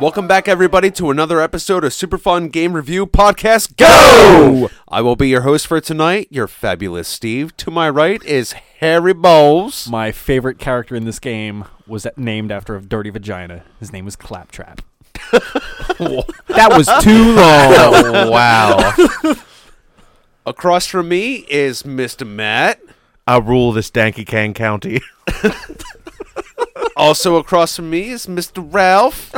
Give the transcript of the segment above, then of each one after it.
Welcome back, everybody, to another episode of Super Fun Game Review Podcast. Go! I will be your host for tonight, your fabulous Steve. To my right is Harry Bowles. My favorite character in this game was named after a dirty vagina. His name was Claptrap. that was too long. Oh, wow. Across from me is Mr. Matt. I rule this Danky Kang County. Also across from me is Mr. Ralph.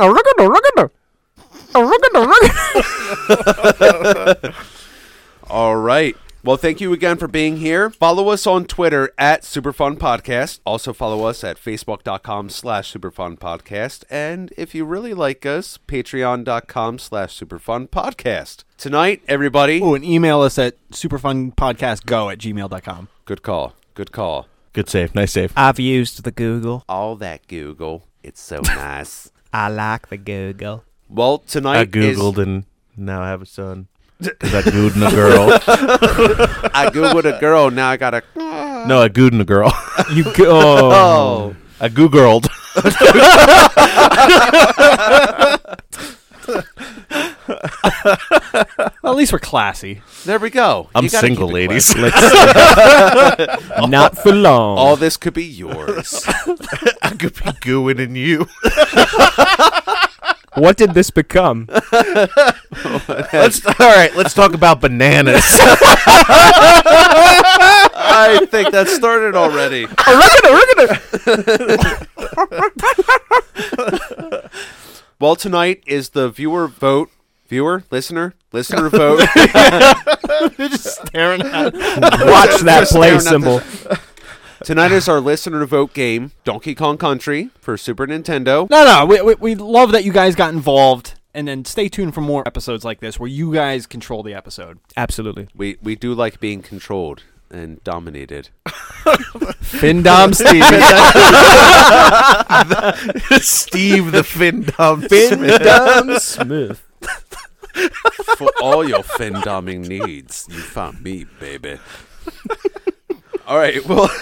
All right. Well, thank you again for being here. Follow us on Twitter at Superfun Podcast. Also follow us at Facebook.com slash Superfun Podcast. And if you really like us, Patreon.com slash Superfun Podcast. Tonight, everybody. Ooh, and email us at superfunpodcastgo at gmail.com. Good call. Good call. Good save. Nice save. I've used the Google. All that Google. It's so nice. I like the Google. Well, tonight I is- Googled and now I have a son. 'Cause I gooed in a girl. I Googled a girl. Now I got a. No, I gooed in a girl. You go. Oh. I googled. Well, at least we're classy. There we go. I'm You gotta single, keep it classy. ladies. Not for long. All this could be yours. I could be gooing in you. what did this become? Let's, all right, let's talk about bananas. I think that started already. Well, tonight is the viewer vote. Viewer, listener, listener vote. Watch that Just staring play at symbol. Tonight is our listener vote game, Donkey Kong Country for Super Nintendo. No, no, we, we, we love that you guys got involved. And then stay tuned for more episodes like this where you guys control the episode. Absolutely. We we do like being controlled and dominated. Finn Dom Stevens. Steve the Fin Dumb. Finn Dom Smith. For all your fin doming needs, you found me, baby. All right, well,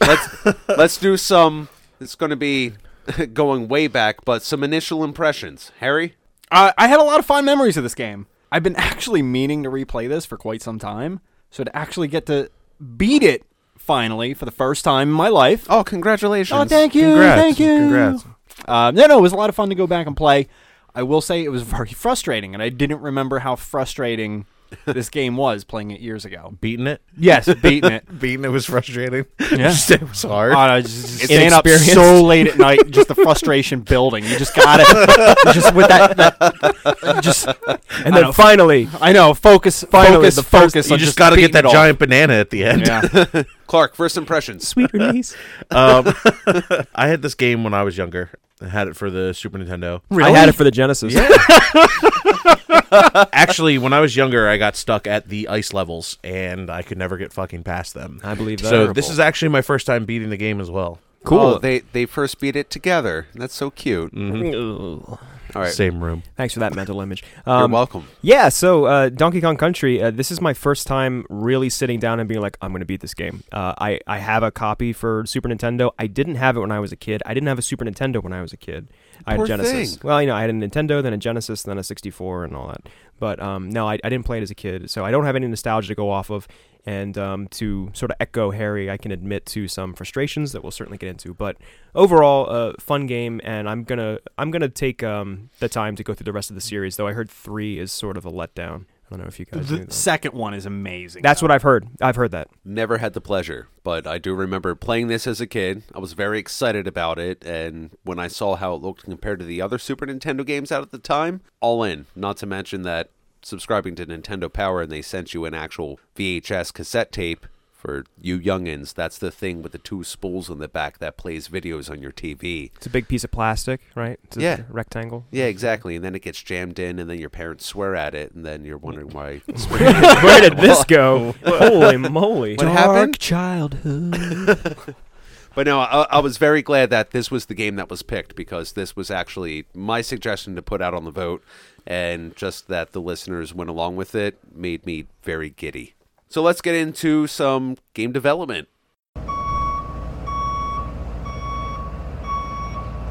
let's let's do some. It's going to be going way back, but some initial impressions. Harry, Uh, I had a lot of fond memories of this game. I've been actually meaning to replay this for quite some time. So to actually get to beat it finally for the first time in my life. oh, congratulations! Oh, thank you. Congrats. Thank you. Congrats. Uh, no, no, it was a lot of fun to go back and play. I will say it was very frustrating, and I didn't remember how frustrating this game was playing it years ago. Beating it. Yes, beating it. Beating it was frustrating. Yeah. it was hard. Oh, no, just- just staying up Inexperienced. so late at night, just the frustration building. You just got it. just with that, that- just And I then know. finally, I know. Focus, Finally, focus, the first- focus. you on just, got to get beating that it all. giant banana at the end. Yeah. Clark. First impressions. sweet release. Um, I had this game when I was younger. I had it for the Super Nintendo. I had it for the Genesis. Actually, when I was younger, I got stuck at the ice levels and I could never get fucking past them. I believe that. So this is actually my first time beating the game as well. cool. Mm-hmm. Oh, they they first beat it together. That's so cute. Mm-hmm. Ooh. All right, Same room. Thanks for that mental image. you're Um, welcome. Yeah, so uh, Donkey Kong Country, uh, this is my first time really sitting down and being like, I'm going to beat this game. Uh, I, I have a copy for Super Nintendo. I didn't have it when I was a kid. I didn't have a Super Nintendo when I was a kid. I had Poor a Genesis. thing. Well, you know, I had a Nintendo, then a Genesis, then a 64, and all that. But um, no, I, I didn't play it as a kid, so I don't have any nostalgia to go off of. And um, to sort of echo Harry, I can admit to some frustrations that we'll certainly get into. But overall, uh, fun game, and I'm gonna I'm gonna take um, the time to go through the rest of the series. Though I heard three is sort of a letdown. I don't know if you guys. knew the that. second one is amazing. That's what I've heard. I've heard that. Never had the pleasure, but I do remember playing this as a kid. I was very excited about it, and when I saw how it looked compared to the other Super Nintendo games out at the time, all in. Not to mention that subscribing to Nintendo Power and they sent you an actual VHS cassette tape for you youngins. That's the thing with the two spools on the back that plays videos on your TV. It's a big piece of plastic, right? It's a Yeah. rectangle. Yeah, exactly. And then it gets jammed in, and then your parents swear at it, and then you're wondering why. Where did this go? Holy moly! What happened? childhood. But no, I, I was very glad that this was the game that was picked because this was actually my suggestion to put out on the vote, and just that the listeners went along with it made me very giddy. So let's get into some game development.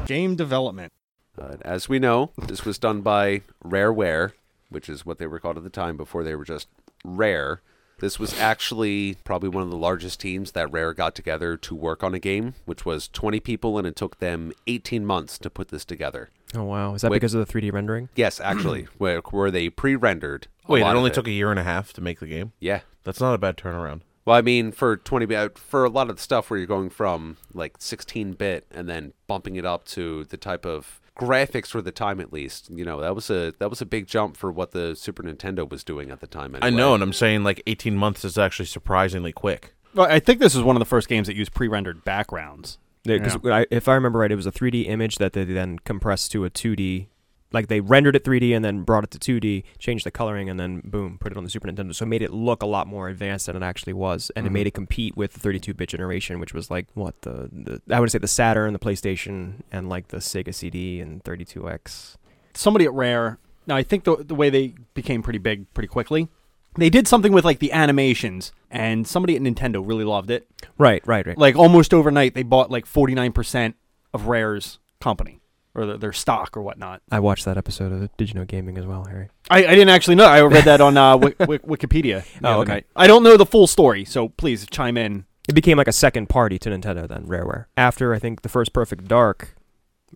game development. Uh, as we know, this was done by Rareware, which is what they were called at the time before they were just Rare. This was actually probably one of the largest teams that Rare got together to work on a game, which was 20 people, and it took them 18 months to put this together. Oh wow, is that Wait. because of the 3D rendering? Yes, actually, where, where they pre-rendered. a Wait, it lot of only took a year and a half to make the game. Yeah. That's not a bad turnaround. Well, I mean, for 20 bit, for a lot of the stuff where you're going from like 16 bit and then bumping it up to the type of graphics for the time at least, you know, that was a that was a big jump for what the Super Nintendo was doing at the time. Anyway. I know, and I'm saying like 18 months is actually surprisingly quick. Well, I think this is one of the first games that used pre-rendered backgrounds. Because I, if I remember right, it was a 3D image that they then compressed to a 2D. Like they rendered it 3D and then brought it to 2D, changed the coloring, and then boom, put it on the Super Nintendo. So it made it look a lot more advanced than it actually was, and it made it compete with the 32-bit generation, which was like what the, the I would say the Saturn, the PlayStation, and like the Sega CD and 32X. Somebody at Rare. Now, I think the the way they became pretty big pretty quickly, they did something with like the animations, and somebody at Nintendo really loved it. Right, right, right. Like almost overnight, they bought like 49% of Rare's company or their, their stock or whatnot. I watched that episode of Did You Know Gaming as well, Harry. I, I didn't actually know. I read that on uh, Wik- Wik- Wikipedia. the Oh, other okay. night. I don't know the full story, so please chime in. It became like a second party to Nintendo then, Rareware. After I think the first Perfect Dark,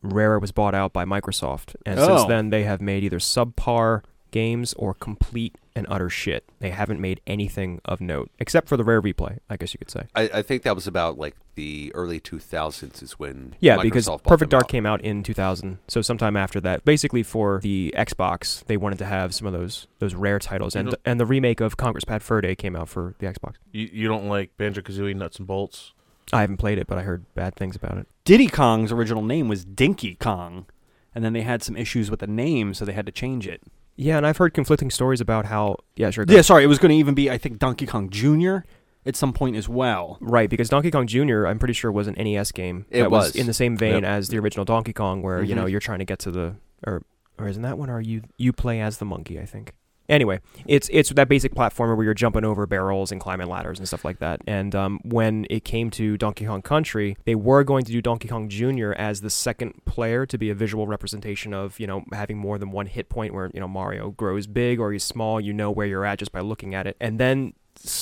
Rareware was bought out by Microsoft, and since Oh. then they have made either subpar games or complete and utter shit. They haven't made anything of note except for the Rare Replay, I guess you could say. I, I think that was about like the early 2000s is when Yeah, Microsoft because bought Perfect them Dark out. came out in 2000, so sometime after that, basically for the Xbox, they wanted to have some of those those rare titles, You and know- Mm-hmm. and the remake of Congress Pad Fur Day came out for the Xbox. You, you don't like Banjo Kazooie Nuts and Bolts? I haven't played it, but I heard bad things about it. Diddy Kong's original name was Dinky Kong, and then they had some issues with the name, so they had to change it. Yeah, and I've heard conflicting stories about how yeah, sure. go Yeah, sorry, it was going to even be, I think, Donkey Kong Jr. at some point as well. Right, because Donkey Kong Jr. I'm pretty sure was an NES game. It that was. in the same Yep. vein as the original Donkey Kong, where you know Mhm. you're trying to get to the or or isn't that one? Or you you play as the monkey? I think. Anyway, it's it's that basic platformer where you're jumping over barrels and climbing ladders and stuff like that. And um, when it came to Donkey Kong Country, they were going to do Donkey Kong Jr. as the second player to be a visual representation of you know having more than one hit point where you know Mario grows big or he's small. You know where you're at just by looking at it. And then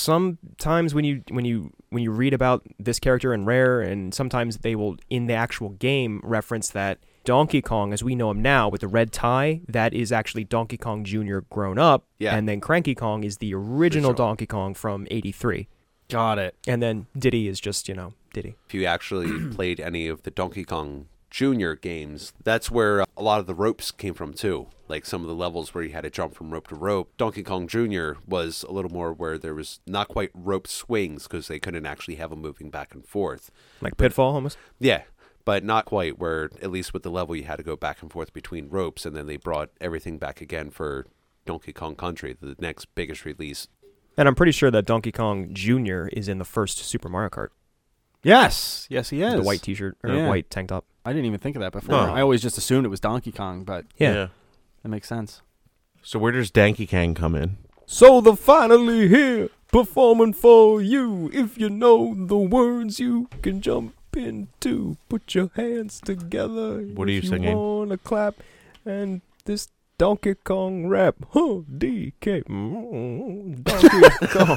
sometimes when you when you when you read about this character in Rare, and sometimes they will in the actual game reference that Donkey Kong, as we know him now, with the red tie, that is actually Donkey Kong Jr. grown up, Yeah. and then Cranky Kong is the original Donkey Kong from '83, Got it. and then Diddy is just you know Diddy. if you actually played any of the Donkey Kong Junior games, that's where a lot of the ropes came from too. Like some of the levels where you had to jump from rope to rope. Donkey Kong Junior was a little more where there was not quite rope swings because they couldn't actually have them moving back and forth. Like Pitfall almost. Yeah, but not quite where at least with the level you had to go back and forth between ropes, and then they brought everything back again for Donkey Kong Country, the next biggest release. And I'm pretty sure that Donkey Kong Jr. is in the first Super Mario Kart. Yes, yes, he is. The white T-shirt or Yeah. white tank top. I didn't even think of that before. No. I always just assumed it was Donkey Kong, but Yeah. that makes sense. So where does Danky Kang come in? So the finally here, performing for you. If you know the words, you can jump into. Put your hands together. What are if you singing? Wanna clap and this Donkey Kong rap. Huh, DK. Mm, Donkey Kong.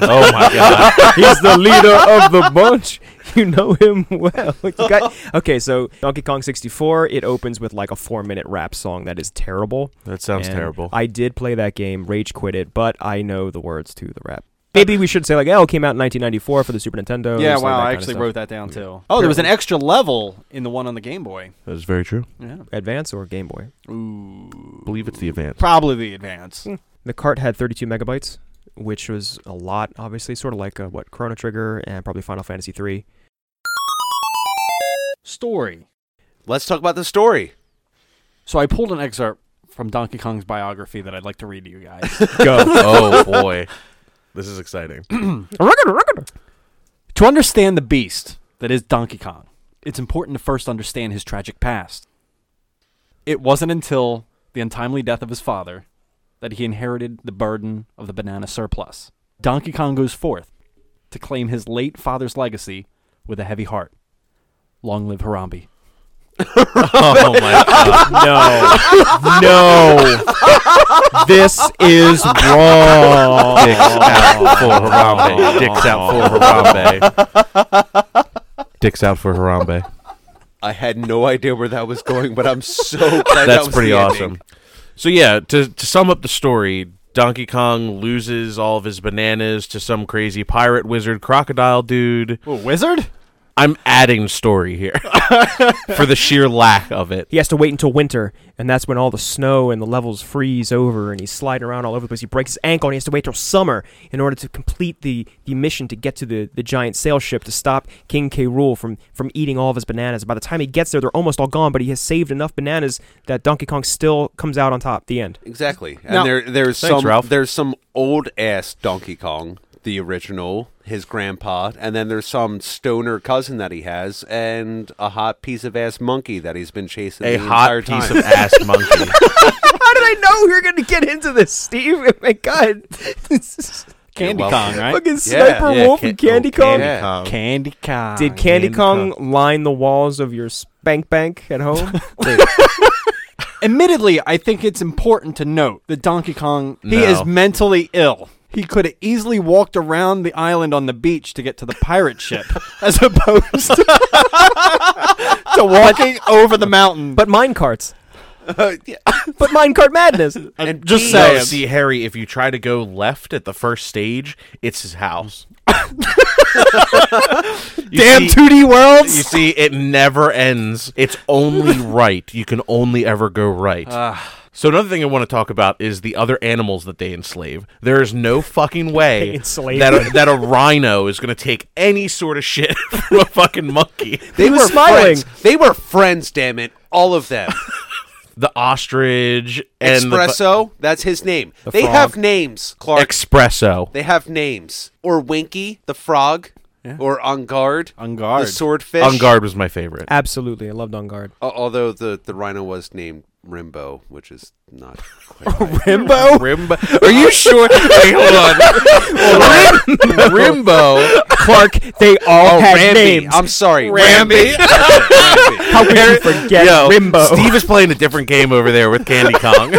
Oh my god. He's the leader of the bunch. You know him well. You got- okay, so Donkey Kong 64, it opens with like a four minute rap song that is terrible. That sounds And terrible. I did play that game, rage quit it, but I know the words to the rap. Maybe we should say like, oh, it came out in 1994 for the Super Nintendo. yeah, just like wow, Oh, that I kinda actually stuff. wrote that down too. Oh, there was an extra level in the one on the Game Boy. that is very true. Yeah. Advance or Game Boy. Ooh. I believe it's the advance. Probably the advance. The cart had 32 megabytes, which was a lot, obviously, sort of like uh, what Chrono Trigger and probably Final Fantasy 3. Story. Let's talk about the story. So I pulled an excerpt from Donkey Kong's biography that I'd like to read to you guys. Go. oh boy. This is exciting. To understand the beast that is Donkey Kong, it's important to first understand his tragic past. It wasn't until the untimely death of his father that he inherited the burden of the banana surplus. Donkey Kong goes forth to claim his late father's legacy with a heavy heart. Long live Harambe. Oh my god. No, no, this is wrong. Dicks out for Harambe. Dicks out for Harambe. Dicks out for Harambe. I had no idea where that was going, but I'm so glad that That's was pretty the awesome. ending. So yeah, to to sum up the story, Donkey Kong loses all of his bananas to some crazy pirate wizard crocodile dude. wizard? I'm adding story here for the sheer lack of it. He has to wait until winter, and that's when all the snow and the levels freeze over, and he's sliding around all over the place. He breaks his ankle, and he has to wait till summer in order to complete the, the mission to get to the, the giant sail ship to stop King K. Rule from, from eating all of his bananas. By the time he gets there, they're almost all gone, but he has saved enough bananas that Donkey Kong still comes out on top. The end. Exactly. And Now- there there's Thanks, some Ralph. there's some old ass Donkey Kong, the original, his grandpa, and then there's some stoner cousin that he has and a hot piece of ass monkey that he's been chasing A the hot entire piece time. of ass monkey. How did I know we were going to get into this, Steve? Oh my God. This is Candy well- Kong, right? fucking Sniper Yeah, Ca- oh, Yeah. Candy Kong. Did Candy Candy Kong line the walls of your spank bank at home? Admittedly, I think it's important to note that Donkey Kong he No. is mentally ill. He could have easily walked around the island on the beach to get to the pirate ship, as opposed to, to walking over the mountain. but mine carts. yeah. But mine cart madness. And just he- saying. No, see, Harry, if you try to go left at the first stage, it's his house. You damn see- 2D worlds. You see, it never ends. It's only right. You can only ever go right. so another thing I want to talk about is the other animals that they enslave. There is no fucking They way enslave. that a, that a rhino is going to take any sort of shit from a fucking monkey. They was were smiling. friends. They were friends, damn it. All of them. The ostrich and the fu- Espresso, that's his name. they frog. have names, Clark. espresso. they have names. Or Winky, the frog. Or On Guard. On guard. The swordfish. On guard was my favorite. Absolutely, I loved on guard. Al- Although the, the rhino was named Rimbo, which is not quite right. Rimbo. Rimbo. Are you sure? Wait, hold on. Rim- Rimbo. Clark, they all Oh, had Rambi. names. I'm sorry. Rambi. Rambi. How could you forget Yo, Rimbo? Steve is playing a different game over there with Candy Kong.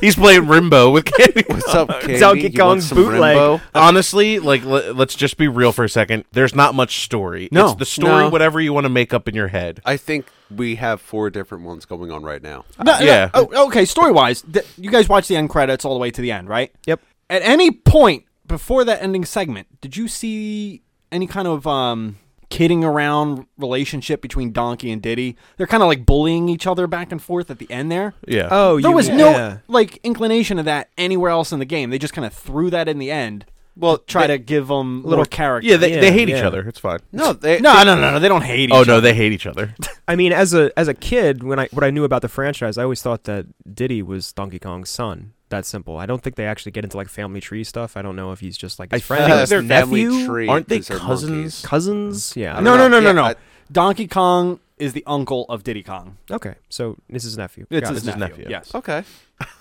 He's playing Rimbo with Candy Kong. What's up, Candy? Donkey You want Kong's some bootleg. Rimbo? Honestly, like l- let's just be real for a second. There's not much story. No. it's the story, No. whatever you want to make up in your head. I think we have four different ones going on right now. No, no, Yeah. oh, okay. Story wise, th- you guys watch the end credits all the way to the end, right? Yep. At any point before that ending segment, did you see any kind of um, kidding around relationship between Donkey and Diddy? They're kind of like bullying each other back and forth at the end there. Yeah. Oh, There you- was yeah. no like inclination of that anywhere else in the game. They just kind of threw that in the end. Well, to try to give them little character. yeah, they, yeah, they hate each yeah. other. It's fine. No, they, no, no, no, no. They don't hate each Oh other. no, they hate each other. I mean, as a as a kid, when I what I knew about the franchise, I always thought that Diddy was Donkey Kong's son. That simple. I don't think they actually get into like family tree stuff. I don't know if he's just like his friend, think his they're family nephew, tree Aren't they is their cousins? cousins. Yeah. I I don't No, no, no, no, Yeah, no. I- Donkey Kong is the uncle of Diddy Kong. know. Okay, so this is nephew. It's Got his, it. nephew, nephew. Yes. Okay.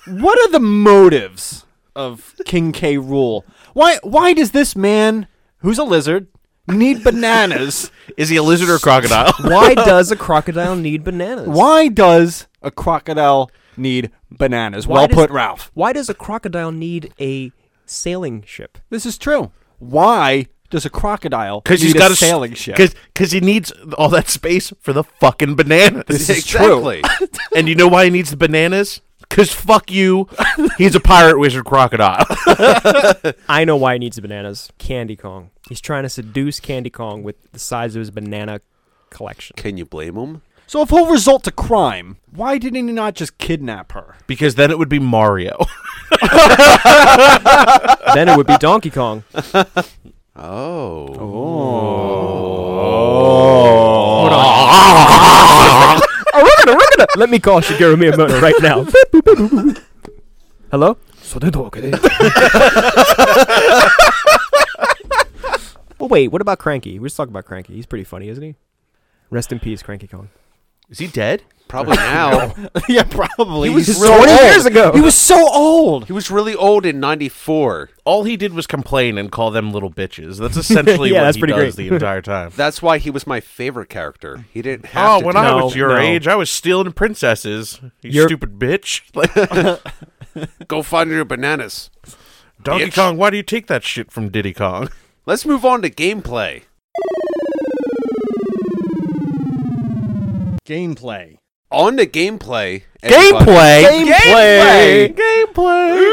What are the motives of King K. Rule? Why? Why does this man, who's a lizard, need bananas? Is he a lizard or a crocodile? Why does a crocodile need bananas? why does a crocodile need bananas? Why well does- put, Ralph. Why does a crocodile need a sailing ship? This is true. Why does a crocodile need Because he's a got a s- sailing ship? Cause, 'cause he needs all that space for the fucking bananas. exactly. and you know why he needs the bananas? Because fuck you. He's a pirate wizard crocodile. I know why he needs the bananas. Candy Kong. He's trying to seduce Candy Kong with the size of his banana collection. Can you blame him? So if he'll result to crime, why did he not just kidnap her? because then it would be Mario. then it would be Donkey Kong. Oh. Hold on. Oh, Let me call Shigeru Miyamoto right now. Hello? well, wait. What about Cranky? We just talked about Cranky. He's pretty funny, isn't he? Rest in peace, Cranky Kong. Is he dead? Probably now. yeah, probably. He was He's so old. years ago. Oh, He was so old. He was really old in 94. All he did was complain and call them little bitches. That's essentially Yeah, what that's he pretty does great. the entire time. That's why he was my favorite character. He didn't have Oh, to when do I No, was your no. age, I was stealing princesses. You You're- stupid bitch! Like Go find your bananas. Donkey Bitch. Kong, why do you take that shit from Diddy Kong? Let's move on to gameplay. Gameplay. On to gameplay. everybody. Gameplay. Gameplay.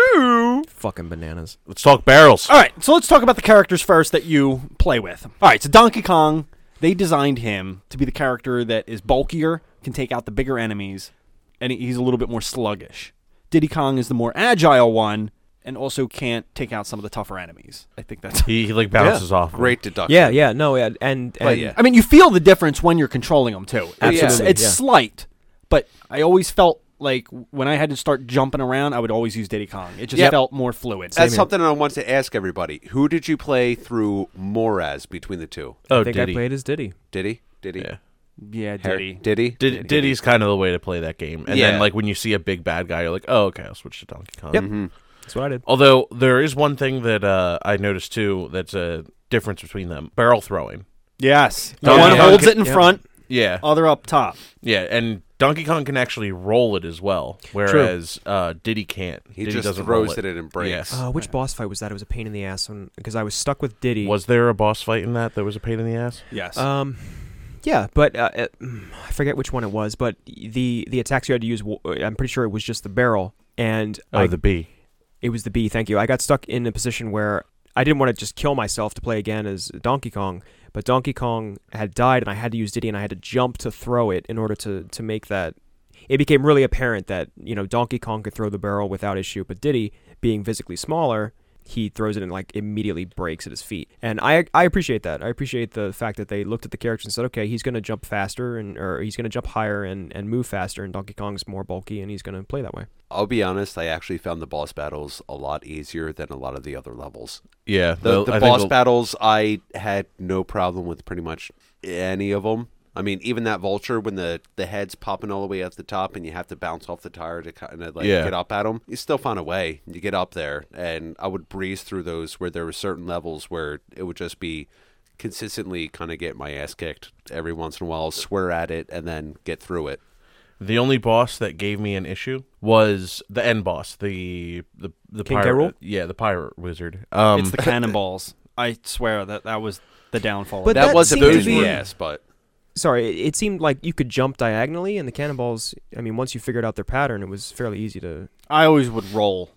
Gameplay. Fucking bananas. Let's talk barrels. All right, so let's talk about the characters first that you play with. All right, so Donkey Kong, they designed him to be the character that is bulkier, can take out the bigger enemies, and he's a little bit more sluggish. Diddy Kong is the more agile one and also can't take out some of the tougher enemies. I think that's. He, he like bounces off. Great deduction. Yeah, yeah, no, yeah, and, Well, and yeah. I mean, you feel the difference when you're controlling them too. It's, Absolutely, it's yeah. slight, but I always felt like when I had to start jumping around, I would always use Diddy Kong. It just Yep. felt more fluid. That's something I want to ask everybody. Who did you play through more as between the two? Oh, I think Diddy. I played as Diddy. Diddy? Diddy? Yeah. yeah, Harry? Diddy. Diddy? Did, Diddy's kind of the way to play that game. And Yeah. then like when you see a big bad guy, you're like, oh, okay, I'll switch to Donkey Kong. Yep. Mm-hmm. That's what I did. Although there is one thing that uh, I noticed too that's a difference between them: barrel throwing. Yes, the Donkey one Kong holds can- it in yeah. front, Yeah, other up top. yeah, and Donkey Kong can actually roll it as well, whereas uh, Diddy can't. He Diddy just doesn't throws roll it at it and breaks. Yeah. Uh, which boss fight was that? It was a pain in the ass because I was stuck with Diddy. E. Was there a boss fight in that that was a pain in the ass? Yes. um, yeah, but uh, uh, mm, I forget which one it was. But the the attacks you had to use, w- I'm pretty sure it was just the barrel, and Oh, I, the B. it was the B. Thank you. I got stuck in a position where I didn't want to just kill myself to play again as Donkey Kong, but Donkey Kong had died, and I had to use Diddy, and I had to jump to throw it in order to to make that. It became really apparent that you know Donkey Kong could throw the barrel without issue, but Diddy, being physically smaller, he throws it and like immediately breaks at his feet. And I I appreciate that. I appreciate the fact that they looked at the character and said, okay, he's going to jump faster and or he's going to jump higher and and move faster, and Donkey Kong's more bulky, and he's going to play that way. I'll be honest, I actually found the boss battles a lot easier than a lot of the other levels. Yeah, The, well, the I think boss the- battles, I had no problem with pretty much any of them. I mean, even that vulture when the, the head's popping all the way at the top and you have to bounce off the tire to kind of like Yeah. get up at them, you still find a way. You get up there, and I would breeze through those where there were certain levels where it would just be consistently kind of get my ass kicked every once in a while, swear at it, and then get through it. The only boss that gave me an issue was the end boss, the the the King pirate. K. Rool? Yeah, the pirate wizard. Um, it's the cannonballs. I swear that that was the downfall. But of That, that was a seemed to pain in the be- ass, but sorry, it, it seemed like you could jump diagonally, and the cannonballs. I mean, once you figured out their pattern, it was fairly easy to I always would roll.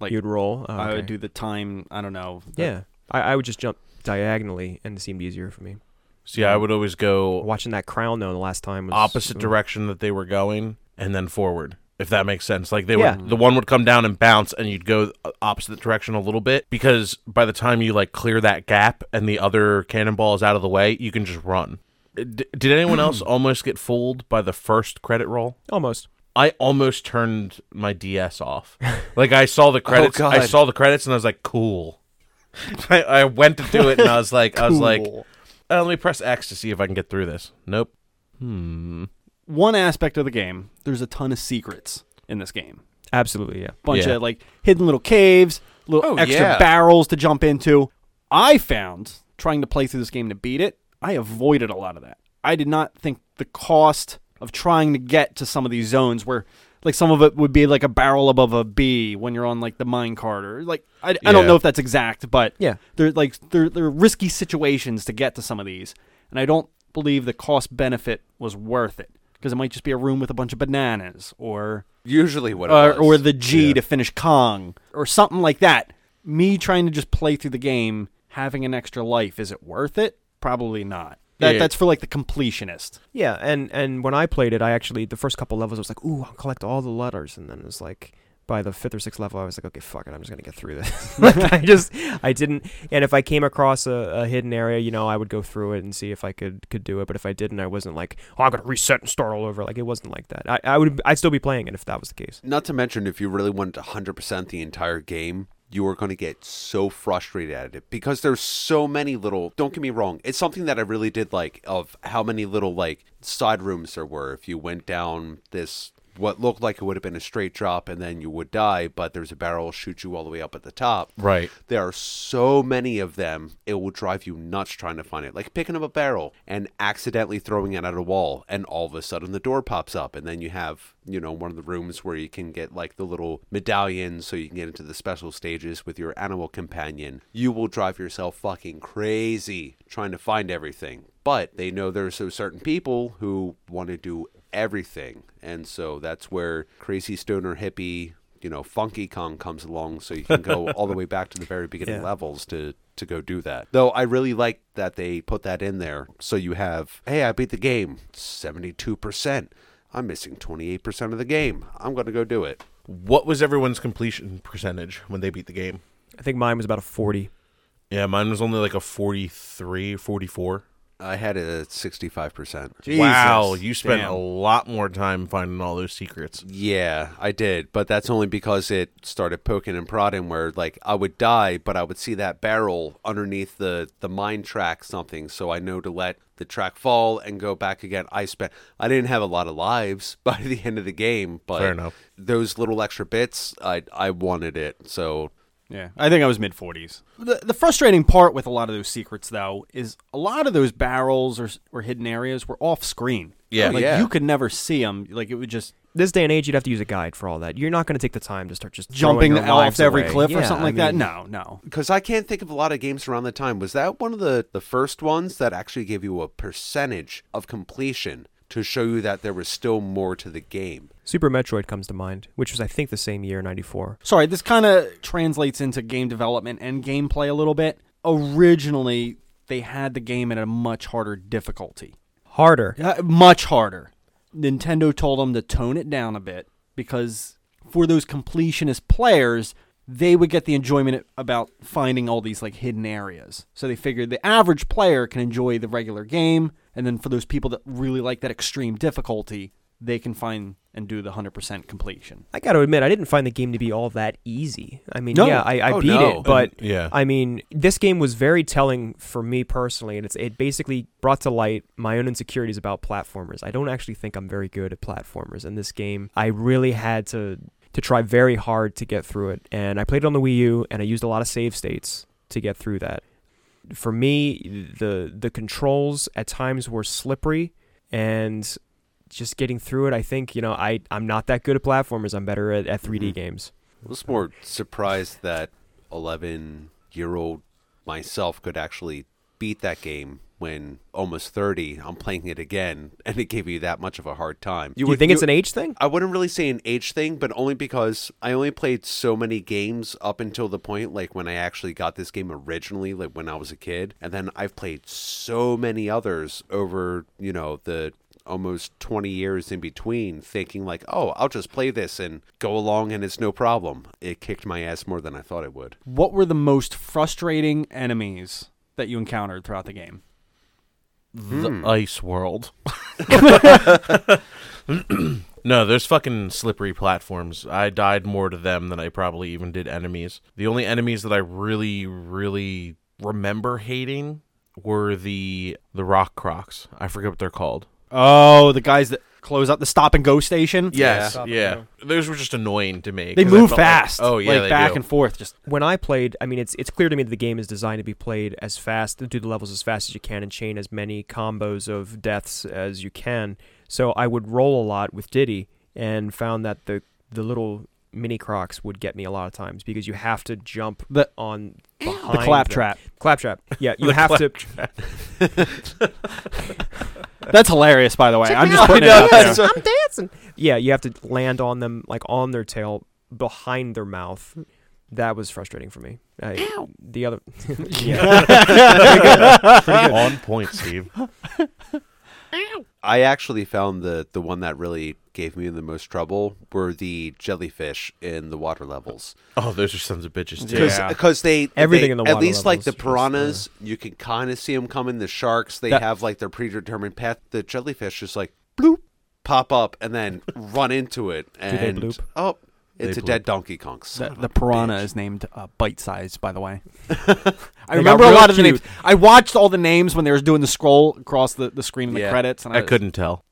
Like you'd roll. Oh, I okay. would do the time. I don't know. the- Yeah, I, I would just jump diagonally, and it seemed easier for me. see, I would always go Watching that crown though, the last time was opposite direction that they were going and then forward if that makes sense like they Yeah. would the one would come down and bounce and you'd go uh, opposite direction a little bit because by the time you like clear that gap and the other cannonball is out of the way you can just run Uh, D- did anyone else almost get fooled by the first credit roll Almost. I almost turned my DS off. Like I saw the credits, God. I saw the credits, and I was like, "Cool." I, I went to do it, and I was like, "I was like, Cool. oh, let me press X to see if I can get through this." Nope. Hmm. One aspect of the game. There's a ton of secrets in this game. Absolutely, yeah. Bunch Yeah. of like hidden little caves, little Oh, extra yeah. barrels to jump into. I found trying to play through this game to beat it. I avoided a lot of that. I did not think the cost of trying to get to some of these zones where. Like some of it would be like a barrel above a bee when you're on like the mine cart or like I, I don't Yeah. know if that's exact, but Yeah. they're like they're they're risky situations to get to some of these, and I don't believe the cost benefit was worth it because it might just be a room with a bunch of bananas or usually what it or, was. or the G to finish Kong or something like that. Me trying to just play through the game, having an extra life, is it worth it? Probably not. That, Yeah. That's for like the completionist. Yeah, and and when I played it, I actually the first couple levels I was like, "Ooh, I'll collect all the letters," and then it was like by the fifth or sixth level, I was like, "Okay, fuck it, I'm just gonna get through this." like, I just I didn't, and if I came across a, a hidden area, you know, I would go through it and see if I could could do it. But if I didn't, I wasn't like, "Oh, I gotta reset and start all over." Like it wasn't like that. I, I would I'd still be playing it if that was the case. Not to mention, if you really wanted to 100% the entire game, you are going to get so frustrated at it because there's so many little don't get me wrong it's something that i really did like of how many little like side rooms there were if you went down this what looked like it would have been a straight drop and then you would die but there's a barrel shoot you all the way up at the top Right. there are so many of them it will drive you nuts trying to find it like picking up a barrel and accidentally throwing it at a wall and all of a sudden the door pops up and then you have you know one of the rooms where you can get like the little medallions so you can get into the special stages with your animal companion you will drive yourself fucking crazy trying to find everything but they know there's those certain people who want to do everything and so that's where crazy stoner hippie you know, Funky Kong comes along, so you can go all the way back to the very beginning Yeah. levels to to go do that. Though I really like that they put that in there, so you have, hey, I beat the game, seventy two percent. I'm missing twenty eight percent of the game. I'm gonna go do it. What was everyone's completion percentage when they beat the game? I think mine was about a 40. Yeah, mine was only like a 43, 44. I had it at sixty five percent. Wow, you spent Damn. a lot more time finding all those secrets. Yeah, I did, but that's only because it started poking and prodding. Where like I would die, but I would see that barrel underneath the the mine track something, so I know to let the track fall and go back again. I spent I didn't have a lot of lives by the end of the game, but Fair enough. those little extra bits, I I wanted it. So Yeah, I think I was mid 40s. The, the frustrating part with a lot of those secrets, though, is a lot of those barrels or, or hidden areas were off screen. Yeah. like Yeah. you could never see them. Like it would just This day and age, you'd have to use a guide for all that. You're not going to take the time to start just throwing jumping your off lives to every away. cliff or Yeah, something I like that. mean, No, no. because I can't think of a lot of games around the time. Was that one of the the first ones that actually gave you a percentage of completion to show you that there was still more to the game? Super Metroid comes to mind, which was I think the same year, '94. Sorry, this kind of translates into game development and gameplay a little bit. Originally, they had the game at a much harder difficulty. Harder. Uh, much harder. Nintendo told them to tone it down a bit because for those completionist players, they would get the enjoyment about finding all these like hidden areas. So they figured the average player can enjoy the regular game, and then for those people that really like that extreme difficulty, they can find and do the 100% completion. I got to admit, I didn't find the game to be all that easy. I mean, No. yeah, I, I Oh, beat no. it, but And- yeah. I mean, this game was very telling for me personally, and it's it basically brought to light my own insecurities about platformers. I don't actually think I'm very good at platformers, and this game, I really had to to try very hard to get through it. And I played it on the Wii U, and I used a lot of save states to get through that. For me, the the controls at times were slippery, and just getting through it, I think you know I I'm not that good at platformers. I'm better at, at 3D Mhm. games. I was more surprised that 11 year old myself could actually beat that game when almost 30 I'm playing it again and it gave you that much of a hard time. You, you think it's an age thing? I wouldn't really say an age thing, but only because I only played so many games up until the point, like when I actually got this game originally, like when I was a kid. And then I've played so many others over, you know, the almost 20 years in between, thinking, like, oh, I'll just play this and go along and it's no problem. It kicked my ass more than I thought it would. What were the most frustrating enemies that you encountered throughout the game? the ice world. no, there's fucking slippery platforms. I died more to them than I probably even did enemies. The only enemies that I really, really remember hating were the the rock crocs. I forget what they're called. Oh, the guys that close out the stop and go station. Yes, yeah. Stop and Those were just annoying to me. They 'cause I move felt like- fast. oh yeah, like they back do. and forth. Just when I played, I mean, it's it's clear to me that the game is designed to be played as fast, do the levels as fast as you can, and chain as many combos of deaths as you can. So I would roll a lot with Diddy, and found that the the little mini crocs would get me a lot of times because you have to jump The- on behind the claptrap. them. Claptrap. Yeah, you have to. That's hilarious, by the way. I'm just putting it out there. Yes, I'm dancing. Yeah, you have to land on them like on their tail behind their mouth. That was frustrating for me. I, The other, yeah. on point, Steve. I actually found the, the one that really gave me the most trouble were the jellyfish in the water levels. Oh, those are sons of bitches too. Because Yeah. they Everything they- in the at water least like the levels, just, uh, piranhas you can kind of see them coming the sharks they That- have like their predetermined path the jellyfish just like bloop pop up and then run into it they and bloop? oh It's a blew. dead Donkey Kong. Son The, of the a piranha bitch. is named uh, Bite Size, by the way. I They got remember a real lot of the names. cute. I watched all the names when they were doing the scroll across the, the screen in the Yeah, credits. And I, I couldn't tell.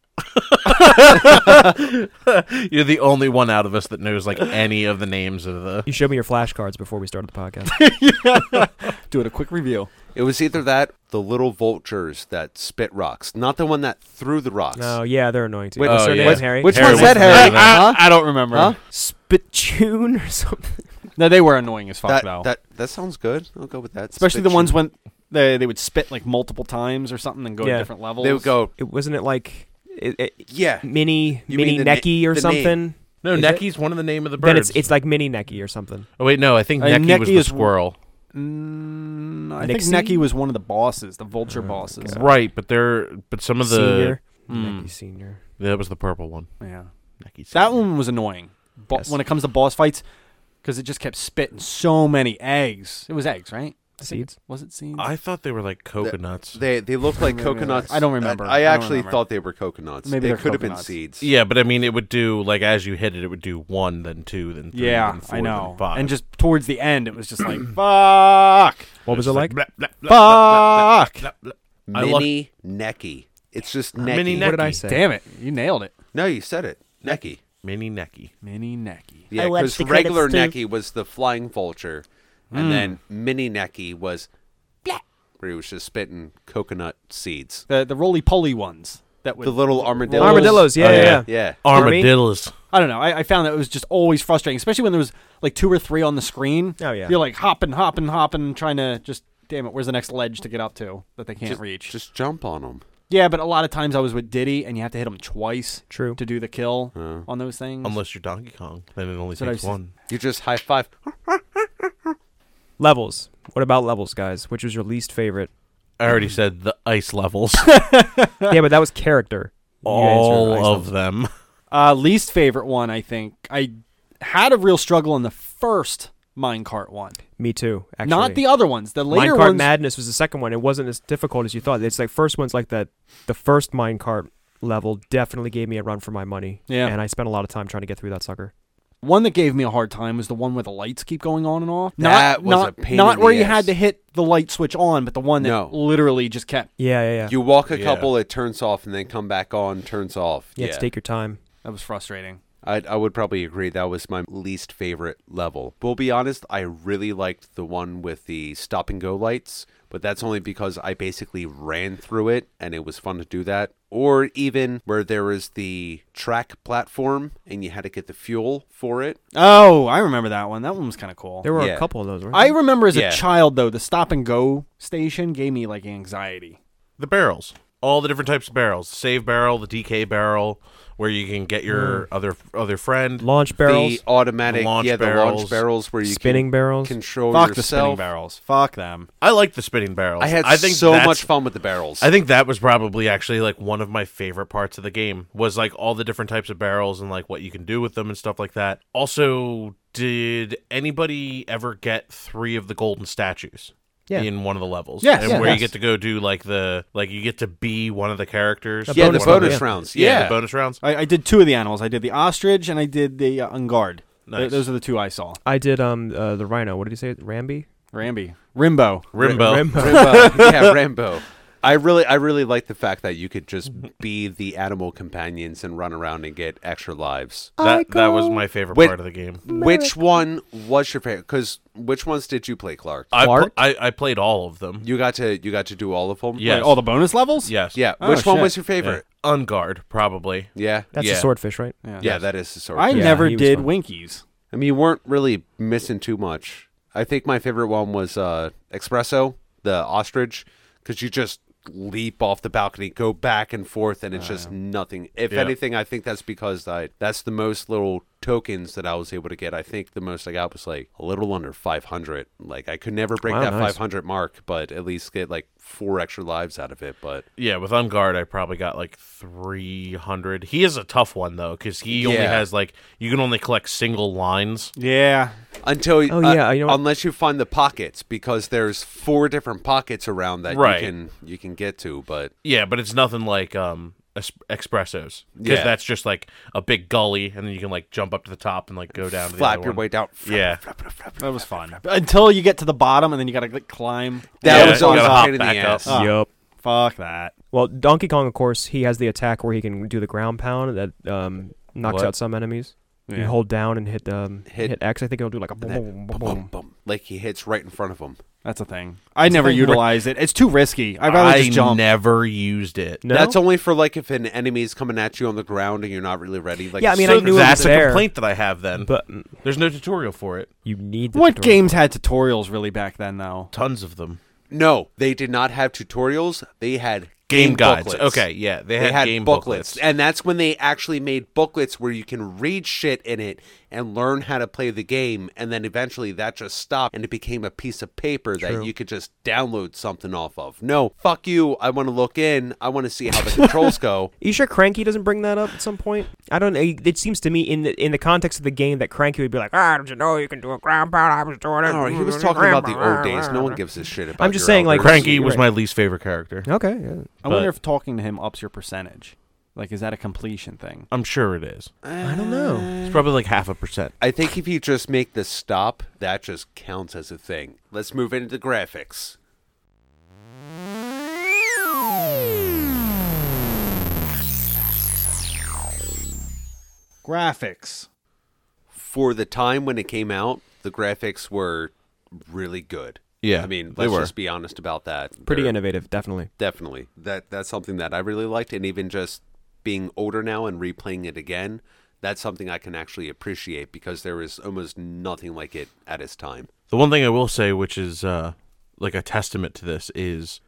You're the only one out of us that knows like any of the names of the. You showed me your flashcards before we started the podcast. do it. A quick review. It was either that, the little vultures that spit rocks, not the one that threw the rocks. no, yeah, they're annoying too. Wait, What's oh, her yeah. name? Harry. Which Harry one's that, wasn't Harry? there, though. Huh? I don't remember. Huh? Spitune or something. No, they were annoying as fuck That, though. that that sounds good. I'll go with that. Especially Spit the ones shoot. when they they would spit like multiple times or something and go to Yeah. different levels. they would go. It wasn't it like it, it, Yeah, mini You mini mean the na- Necky or the name. something? No, Is Necky's one of the name of the birds. Then it's it's like mini Necky or something. oh wait, no, I think Uh, Necky, was Necky the is- squirrel. Mm, I Nixie? think Neki was one of the bosses, the vulture Oh, bosses. God. Right, but they're but some of the Hmm. senior, Mm, Necky senior. that was the purple one. yeah, Necky that Senior. one was annoying. Bo- Yes. When it comes to boss fights, because it just kept spitting so many eggs. It was eggs, right? I think Seeds? it- Was it seeds? I thought they were like coconuts. they they looked like coconuts. I don't remember. I, I don't actually remember. thought they were coconuts. Maybe they they're could have been coconuts. seeds. yeah, but I mean, it would do like as you hit it, it would do one, then two, then three, yeah, then four, I know. then five. And just towards the end, it was just like fuck, What was it like? Blah, blah, blah, blah, fuck. blah, blah, I love- mini necky. It's just necky. Mini What did I Necky. say? Damn it, you nailed it. No, you said it. Necky. mini Necky. Mini Necky. Yeah, because regular necky was the flying vulture, and then Mm. mini necky was blah, where he was just spitting coconut seeds. The the roly poly ones that would The little armadillos. Armadillos, yeah, Oh, yeah, yeah. yeah. Yeah. Armadillos. I don't know. I, I found that it was just always frustrating, especially when there was like two or three on the screen. Oh, yeah. you're like hopping, hopping, hopping, trying to just damn it. Where's the next ledge to get up to that they can't Just- reach? Just jump on them. yeah, but a lot of times I was with Diddy, and you have to hit him twice True. to do the kill on those things. Unless you're Donkey Kong, then it only So takes I was- one. You just high five. Levels. What about levels, guys? Which was your least favorite? I already said the ice levels. yeah, but that was character. You answered All ice of levels. them. uh, least favorite one, I think I had a real struggle in the first minecart one, Me too. Actually, not the other ones. The later minecart ones. madness was the second one. It wasn't as difficult as you thought. It's like first one's like that. The first minecart level definitely gave me a run for my money. Yeah. and I spent a lot of time trying to get through that sucker. One that gave me a hard time was the one where the lights keep going on and off. That not, was a not, pain not in the where you ass. had to hit the light switch on, but the one that No. literally just kept. Yeah, yeah, yeah. You walk a Yeah. couple, it turns off, and then come back on, turns off. you had to take your time. That was frustrating. I, I would probably agree that was my least favorite level. We'll be honest, I really liked the one with the stop and go lights, but that's only because I basically ran through it and it was fun to do that. Or even where there was the track platform and you had to get the fuel for it. Oh, I remember that one. That one was kind of cool. There were Yeah. a couple of those. Weren't I remember as Yeah. a child though, the stop and go station gave me like anxiety. The barrels. All the different types of barrels. Save barrel, the DK barrel, where you can get your other other friend. there? launch barrels, The automatic, The launch yeah, the barrels. launch barrels where you spinning can barrels. control Fuck the spinning yourself. barrels. Fuck them. I like the spinning barrels. I had I think so that's- much fun with the barrels. I think that was probably actually like one of my favorite parts of the game was like all the different types of barrels and like what you can do with them and stuff like that. Also, did anybody ever get three of the golden statues? Yeah. In one of the levels. Yes, And yeah, where yes. you get to go do like the like you get to be one of the characters. The yeah, the bonus One of bonus round, yeah. rounds. Yeah, Yeah. the bonus rounds. I, I did two of the animals. I did the ostrich and I did the uh, unguard. Th- Nice. those are the two I saw. I did um uh, the rhino. What did he say? Rambi. Rambi, Rimbo. Rimbo. Rambo. yeah, Rambo. I really, I really like the fact that you could just be the animal companions and run around and get extra lives. That that was my favorite Wait. part of the game. Which one was your favorite? Because which ones did you play, Clark? I, pl- Clark? I I played all of them. you got to, you got to do all of them. oh, Yes. Wait, all the bonus levels. Yes. yeah. Oh, which one shit. was your Yeah. favorite? Unguard probably. Yeah, That's Yeah. a swordfish, right? Yeah. yeah. That is the sort. I yeah. never he was did fun. Winkies. I mean, you weren't really missing too much. I think my favorite one was uh, Espresso, the ostrich, because you just leap off the balcony, go back and forth, and it's just Oh, nothing. If Yeah. anything, I think that's because I that's the most little tokens that I was able to get. I think the most I got was like a little under 500. Like I could never break Wow, that nice. 500 mark, but at least get like four extra lives out of it. But Yeah, with Unguard, I probably got like 300. He is a tough one, though, because he only Yeah. has like, you can only collect single lines. Yeah. until Oh, uh, yeah, you know what? unless you find the pockets, because there's four different pockets around that Right. you can you can get to, but. Yeah, but it's nothing like um es- espressos because Yeah. that's just like a big gully, and then you can like jump up to the top and like go down. To the Flap other your one. way down. Yeah. That was fun. Until you get to the bottom and then you gotta like, climb. That Yeah, was you always gotta a hop pain in the back up. ass. Uh, Ah. Yep. Fuck that. Well, Donkey Kong, of course, he has the attack where he can do the ground pound that um, knocks What? out some enemies. You hold down and hit um, hit, Hit- X. I think it'll do like a boom, And that boom, boom, boom, boom. boom, boom. Like he hits right in front of him. That's a thing. I never utilize it. It's too risky. I'd rather I just jump. never used it. No, That's only for like if an enemy is coming at you on the ground and you're not really ready. Like Yeah, I mean, so I knew it that's was a there. complaint that I have. Then but mm, there's no tutorial for it. you need the what tutorial. games had tutorials really back then, though? Tons of them. no, they did not have tutorials. They had Game, guides. booklets. Okay, yeah, they, They had game booklets. and that's when they actually made booklets where you can read shit in it and learn how to play the game. And then eventually that just stopped, and it became a piece of paper that you could just download something off of. No, fuck you. I want to look in. I want to see how the controls go. You sure Cranky doesn't bring that up at some point? I don't know. It seems to me in the in the context of the game that Cranky would be like, ah, don't you know you can do a ground pound? I was doing it. All right, Oh, he was talking about the old days. No one gives a shit about. I'm just your saying, like, elders. Cranky You're was right. my least favorite character. Okay, yeah. I But- wonder if talking to him ups your percentage. Like, is that a completion thing? I'm sure it is. I don't know. It's probably like half a percent. I think if you just make the stop, that just counts as a thing. Let's move into the graphics. Graphics. For the time when it came out, the graphics were really good. Yeah, I mean, they let's were. just be honest about that. Pretty They're- innovative, definitely. Definitely. That that's something that I really liked and even just being older now and replaying it again, that's something I can actually appreciate because there is almost nothing like it at its time. The one thing I will say, which is uh, like a testament to this, is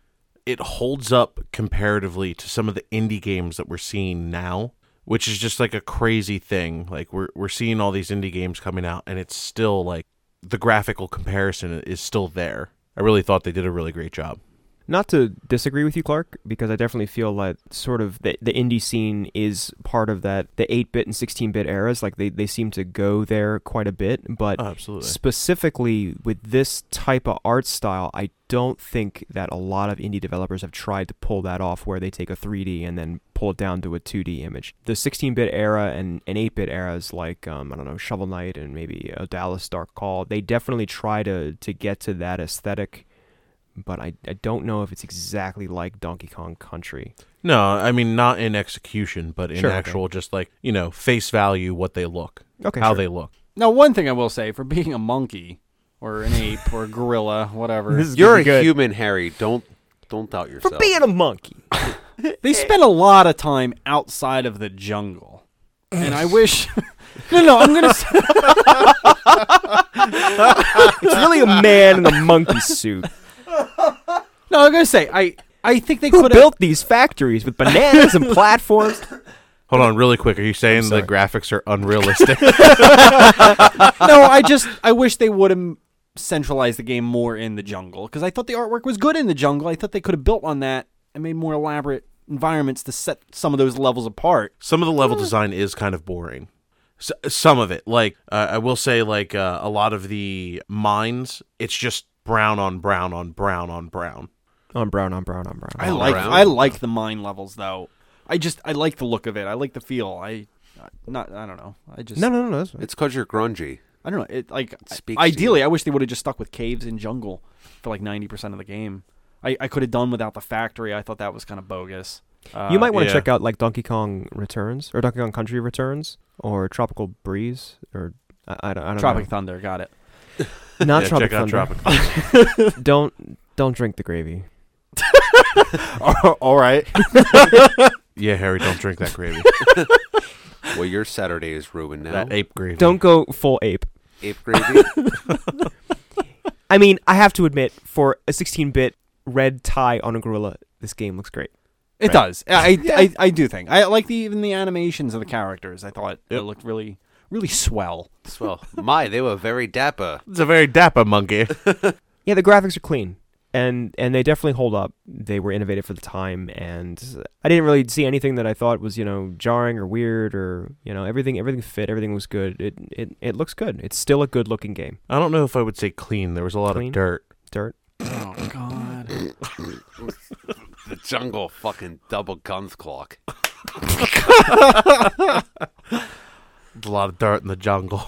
it holds up comparatively to some of the indie games that we're seeing now, which is just like a crazy thing. Like we're we're seeing all these indie games coming out, and it's still like the graphical comparison is still there. I really thought they did a really great job. Not to disagree with you, Clark, because I definitely feel like sort of the, the indie scene is part of that the 8-bit and 16-bit eras. Like they, they seem to go there quite a bit, but absolutely. specifically with this type of art style, I don't think that a lot of indie developers have tried to pull that off where they take a 3D and then pull it down to a 2D image. The 16-bit era and, and 8-bit eras like um, I don't know, Shovel Knight and maybe uh, Dallas Dark Call, they definitely try to to get to that aesthetic, but I, I don't know if it's exactly like Donkey Kong Country. No, I mean not in execution, but in Sure, okay. actual just like, you know, face value what they look. Okay, how sure. they look. Now, one thing I will say for being a monkey or an ape or a gorilla, whatever, This is You're a good. human, Harry. Don't don't doubt For yourself. being a monkey. they spent a lot of time outside of the jungle. And I wish. no, no, I'm going to say. It's really a man in a monkey suit. No, I'm going to say. I, I think they Who could have. built these factories with bananas and platforms? Hold on, really quick. Are you saying the graphics are unrealistic? no, I just I wish they would have centralized the game more in the jungle because I thought the artwork was good in the jungle. I thought they could have built on that and made more elaborate environments to set some of those levels apart. some of the level design is kind of boring. S- some of it, like uh, I will say, like uh, a lot of the mines, it's just brown on brown on brown on brown. On brown, on brown, on brown. I All like around. I like the mine levels though. I just I like the look of it. I like the feel. I not I don't know. I just no, no, no, no. That's fine. it's cuz you're grungy. I don't know. It like Speaks to ideally I wish they would have just stuck with caves and jungle for like 90% of the game. I, I could have done without the factory. I thought that was kind of bogus. Uh, you might want to yeah. check out like Donkey Kong Returns or Donkey Kong Country Returns or Tropical Breeze or I, I don't, I don't Tropic Thunder, got it. know. Not Yeah, Tropic check out Thunder. Tropic don't don't drink the gravy. All right. Yeah, Harry, don't drink that gravy. Well, your Saturday is ruined now. that ape gravy. Don't go full ape. Ape gravy. I mean, I have to admit, for a 16-bit red tie on a gorilla, this game looks great. It Right. does. I, I I do think I like the even the animations of the characters. I thought it Yep. looked really really swell. well, my, they were very dapper. It's a very dapper monkey. Yeah, the graphics are clean. And and they definitely hold up. They were innovative for the time, and I didn't really see anything that I thought was you know jarring or weird or you know everything everything fit. Everything was good. It it, it looks good. It's still a good looking game. I don't know if I would say clean. There was a lot Clean? of dirt. Dirt. Oh God! The jungle fucking double guns clock. There's a lot of dirt in the jungle.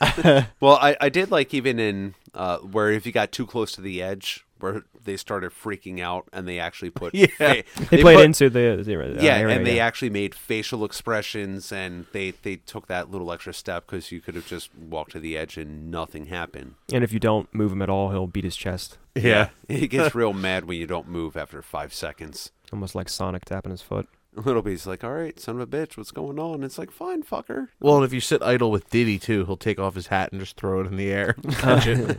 Well, I, I did like even in uh, where if you got too close to the edge, where they started freaking out and they actually put Yeah. they, They, they played put- into the, the uh, yeah, area, and they yeah. actually made facial expressions and they they took that little extra step because you could have just walked to the edge and nothing happened. and if you don't move him at all, he'll beat his chest, Yeah. He gets real mad when you don't move after five seconds. almost like Sonic tapping his foot. Little B's like, all right, son of a bitch, what's going on? It's like, fine, fucker. Well, and if you sit idle with Diddy too, he'll take off his hat and just throw it in the air. Catch it.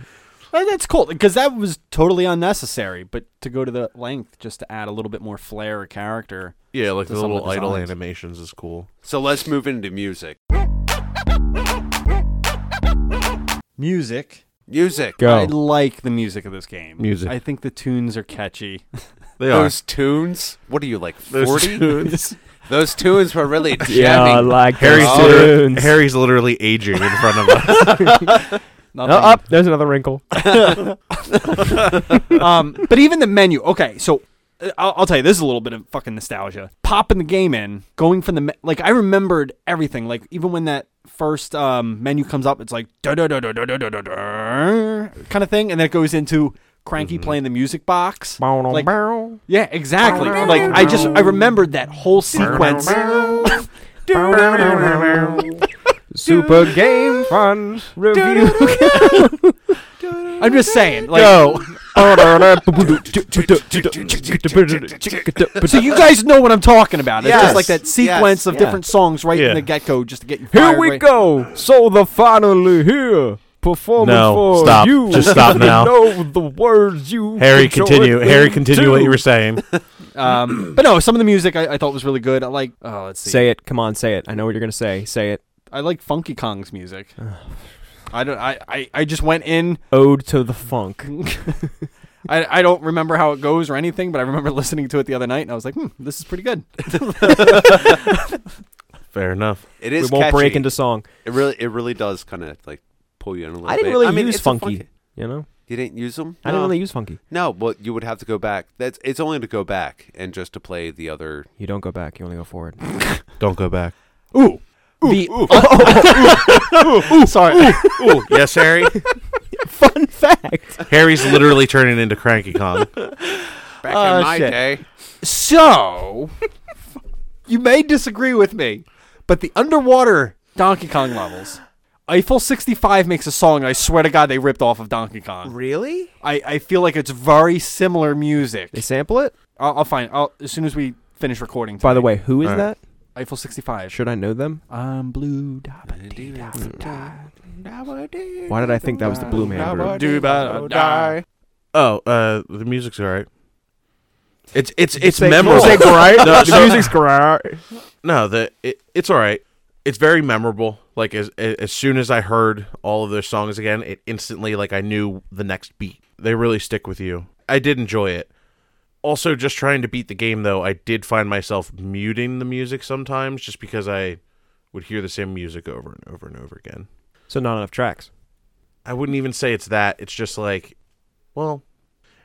Uh, That's cool because that was totally unnecessary. But to go to the length just to add a little bit more flair or character. yeah, like To the some of little the idle designs. animations is cool. So let's move into music. Music. Music. I Go. like the music of this game. Music. I think the tunes are catchy. They are. Those tunes. What are you like? Those Forty. tunes. Those tunes were really Yeah, I jamming. like Harry's, those literally, tunes. Harry's literally aging in front of us. Oh, up there's another wrinkle. um, but even the menu. Okay, so uh, I'll, I'll tell you, this is a little bit of fucking nostalgia. Popping the game in, going from the me- like, I remembered everything. Like even when that first um, menu comes up, it's like da da da da da da da da kind of thing, and then it goes into Cranky playing the music box. Like- Bow-dum-bow. Yeah, exactly. Like I just I remembered that whole sequence. Super game fun review. I'm just saying, like. Go. So you guys know what I'm talking about. It's Yes, just like that sequence yes, of yeah. different songs right Yeah. in the get go, just to get you. Here fired we right- go. So the finally here performance No, for stop. you. Just stop You now. know the words you. Harry, enjoy continue. them Harry, continue what too. you were saying. Um, but no, some of the music I, I thought was really good. I like. Oh, let's see. Say it. Come on, say it. I know what you're gonna say. Say it. I like Funky Kong's music. I don't. I, I, I just went in. Ode to the funk. I, I don't remember how it goes or anything, but I remember listening to it the other night, and I was like, hmm, this is pretty good. Fair enough. It is. we won't catchy. break into song. It really, it really does kind of like pull you in a little. I didn't bit. really I mean, use it's a funky. You know, You didn't use them. I didn't really use funky. No, well, you would have to go back. That's it's only to go back and just to play the other. You don't go back. You only go forward. Don't go back. Ooh. the, Oh. sorry. Ooh, yes, Harry. Fun fact. Harry's literally turning into Cranky Kong. Back Oh, in my shit. day, So, you may disagree with me, but the underwater Donkey Kong levels, Eiffel 65 makes a song I swear to God they ripped off of Donkey Kong. really? I, I feel like it's very similar music. They sample it. I'll, I'll find I'll, as soon as we finish recording. By the tonight. way, who is All right. that? Eiffel 65. Should I know them? I'm blue. da ba dee da ba da. Why Why did I think that was the Blue Man Group? Do ba da. Oh, uh, the music's all right. It's it's it's Say- memorable. say right? No, so- great. no, the it, it's all right. It's very memorable. Like as as soon as I heard all of their songs again, it instantly like I knew the next beat. They really stick with you. I did enjoy it. Also, just trying to beat the game though, I did find myself muting the music sometimes just because I would hear the same music over and over and over again. So not enough tracks. I wouldn't even say it's that. It's just like, well,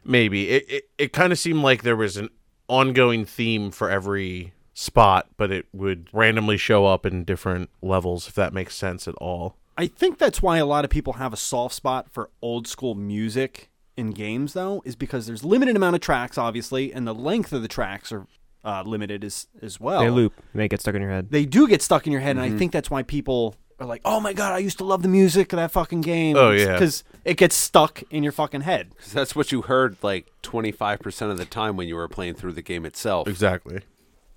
maybe it. It, it kind of seemed like there was an ongoing theme for every spot, but it would randomly show up in different levels, if that makes sense at all. I think that's why a lot of people have a soft spot for old school music in games, though, is because there's limited amount of tracks, obviously, and the length of the tracks are uh, limited as as well. They loop. and They get stuck in your head. They do get stuck in your head, and I think that's why people are like, "Oh my god, I used to love the music of that fucking game." Oh, yeah. because it gets stuck in your fucking head. That's what you heard like twenty five percent of the time when you were playing through the game itself. Exactly.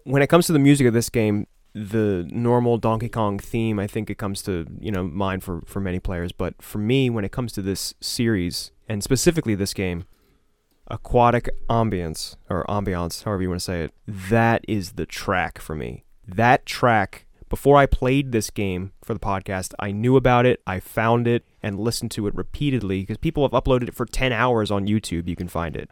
when it comes to the music of this game, the normal Donkey Kong theme, I think it comes to you know mind for for many players, but for me, when it comes to this series and specifically this game, aquatic ambience or ambiance, however you want to say it, that is the track for me. That track. Before I played this game for the podcast, I knew about it. I found it and listened to it repeatedly because people have uploaded it for 10 hours on YouTube. You can find it.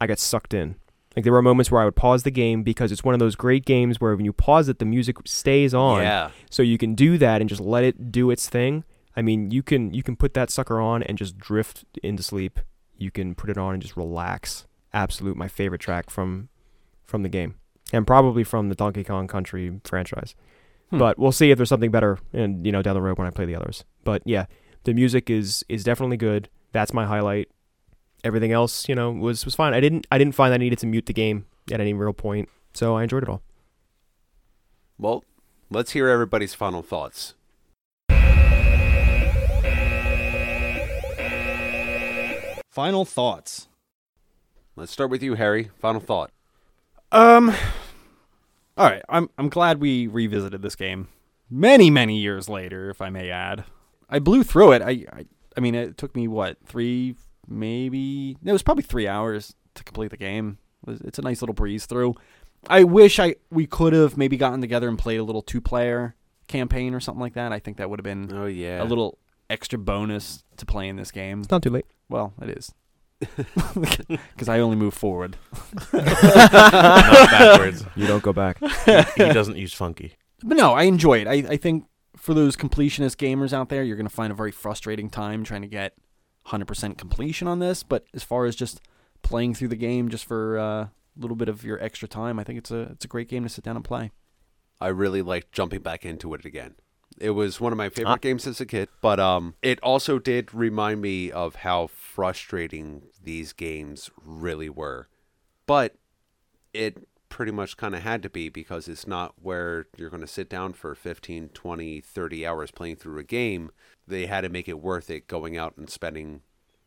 I got sucked in. Like there were moments where I would pause the game because it's one of those great games where when you pause it, the music stays on. Yeah. So you can do that and just let it do its thing. I mean, you can you can put that sucker on and just drift into sleep. You can put it on and just relax. Absolute my favorite track from from the game. and probably from the Donkey Kong Country franchise. Hmm. But we'll see if there's something better, and you know, down the road when I play the others. But yeah, the music is is definitely good. That's my highlight. Everything else, you know, was was fine. I didn't I didn't find I needed to mute the game at any real point, so I enjoyed it all. Well, let's hear everybody's final thoughts. Final thoughts. Let's start with you, Harry. Final thought. Um. All right, I'm I'm glad we revisited this game many many years later, if I may add. I blew through it. I I, I mean, it took me what three, maybe no, it was probably three hours to complete the game. It was- It's a nice little breeze through. I wish I we could have maybe gotten together and played a little two player campaign or something like that. I think that would have been Oh yeah, a little extra bonus to play in this game. It's not too late. Well, it is. Because I only move forward. Not backwards. You don't go back. He doesn't use funky. But no, I enjoy it. I, I think for those completionist gamers out there, you're going to find a very frustrating time trying to get 100% completion on this. But as far as just playing through the game just for uh, a little bit of your extra time, I think it's a it's a great game to sit down and play. I really liked jumping back into it again. It was one of my favorite Ah. games as a kid, but um, it also did remind me of how frustrating these games really were. But it pretty much kind of had to be because it's not where you're going to sit down for 15, 20, 30 hours playing through a game. They had to make it worth it going out and spending